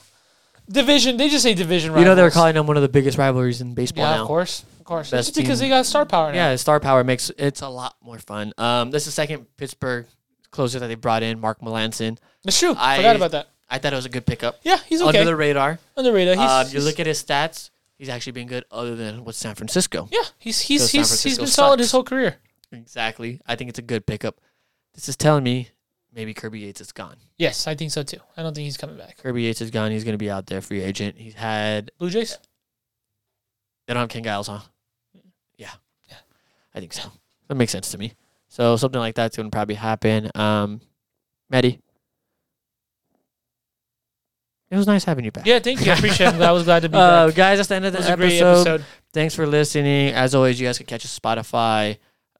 Speaker 1: Division. They just say division.
Speaker 2: You know they're
Speaker 1: rivals.
Speaker 2: calling them one of the biggest rivalries in baseball
Speaker 1: Yeah,
Speaker 2: now.
Speaker 1: of course, of course.
Speaker 2: Best
Speaker 1: it's because
Speaker 2: team.
Speaker 1: they got star power. Now.
Speaker 2: Yeah, star power makes it's a lot more fun. Um, that's the second Pittsburgh closer that they brought in, Mark Melanson.
Speaker 1: that's true.
Speaker 2: I-
Speaker 1: Forgot about that.
Speaker 2: I thought it was a good pickup.
Speaker 1: Yeah, he's okay.
Speaker 2: Under
Speaker 1: Under
Speaker 2: the radar.
Speaker 1: the, radar. He's,
Speaker 2: Um, you
Speaker 1: he's-
Speaker 2: look at his stats. He's actually been good, other than with San Francisco.
Speaker 1: yeah, he's
Speaker 2: So San
Speaker 1: he's he's, he's been
Speaker 2: Francisco
Speaker 1: solid
Speaker 2: sucks.
Speaker 1: his whole career.
Speaker 2: Exactly. I think it's a good pickup. This is telling me maybe Kirby Yates is gone.
Speaker 1: Yes, I think so too. I don't think he's coming back.
Speaker 2: Kirby Yates is gone. He's going to be out there free agent. He's had
Speaker 1: Blue Jays.
Speaker 2: They don't have Ken Giles, huh? Yeah. Yeah. I think so. That makes sense to me. So something like that's gonna probably happen. Um Maddie. It was nice having you back.
Speaker 1: Yeah, thank you. I
Speaker 2: <laughs>
Speaker 1: appreciate it. I was glad to be
Speaker 2: Uh,
Speaker 1: back.
Speaker 2: guys, that's the end of
Speaker 1: It
Speaker 2: the
Speaker 1: was a great
Speaker 2: episode.
Speaker 1: episode.
Speaker 2: Thanks for listening. As always, you guys can catch us Spotify,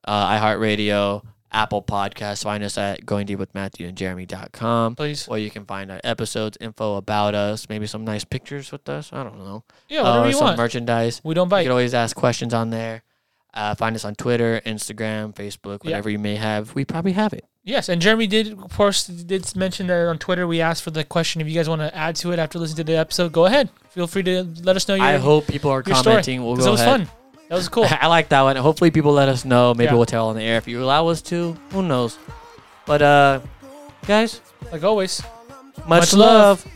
Speaker 2: uh, iHeartRadio, Apple Podcasts. Find us at going deep with Matthew and Jeremy.com.
Speaker 1: please.
Speaker 2: Or you can find our episodes, info about us, maybe some nice pictures with us. I don't know.
Speaker 1: Yeah, whatever
Speaker 2: or
Speaker 1: you
Speaker 2: some
Speaker 1: want.
Speaker 2: merchandise.
Speaker 1: we don't
Speaker 2: Oh, You
Speaker 1: bite.
Speaker 2: can always ask questions on there. Uh, find us on Twitter, Instagram, Facebook, whatever you may have. We probably have it.
Speaker 1: Yes, and Jeremy did, of course, did mention that on Twitter. We asked for the question. If you guys want to add to it after listening to the episode, go ahead. Feel free to let us know your,
Speaker 2: I hope people are
Speaker 1: your story.
Speaker 2: commenting. We'll
Speaker 1: 'Cause
Speaker 2: go
Speaker 1: that was
Speaker 2: ahead. <laughs>
Speaker 1: fun. That was cool.
Speaker 2: I like that one. Hopefully, people let us know. Maybe
Speaker 1: Yeah.
Speaker 2: we'll tell on the air if you allow us to. Who knows? But uh, guys,
Speaker 1: like always.
Speaker 2: much,
Speaker 1: Much love.
Speaker 2: love.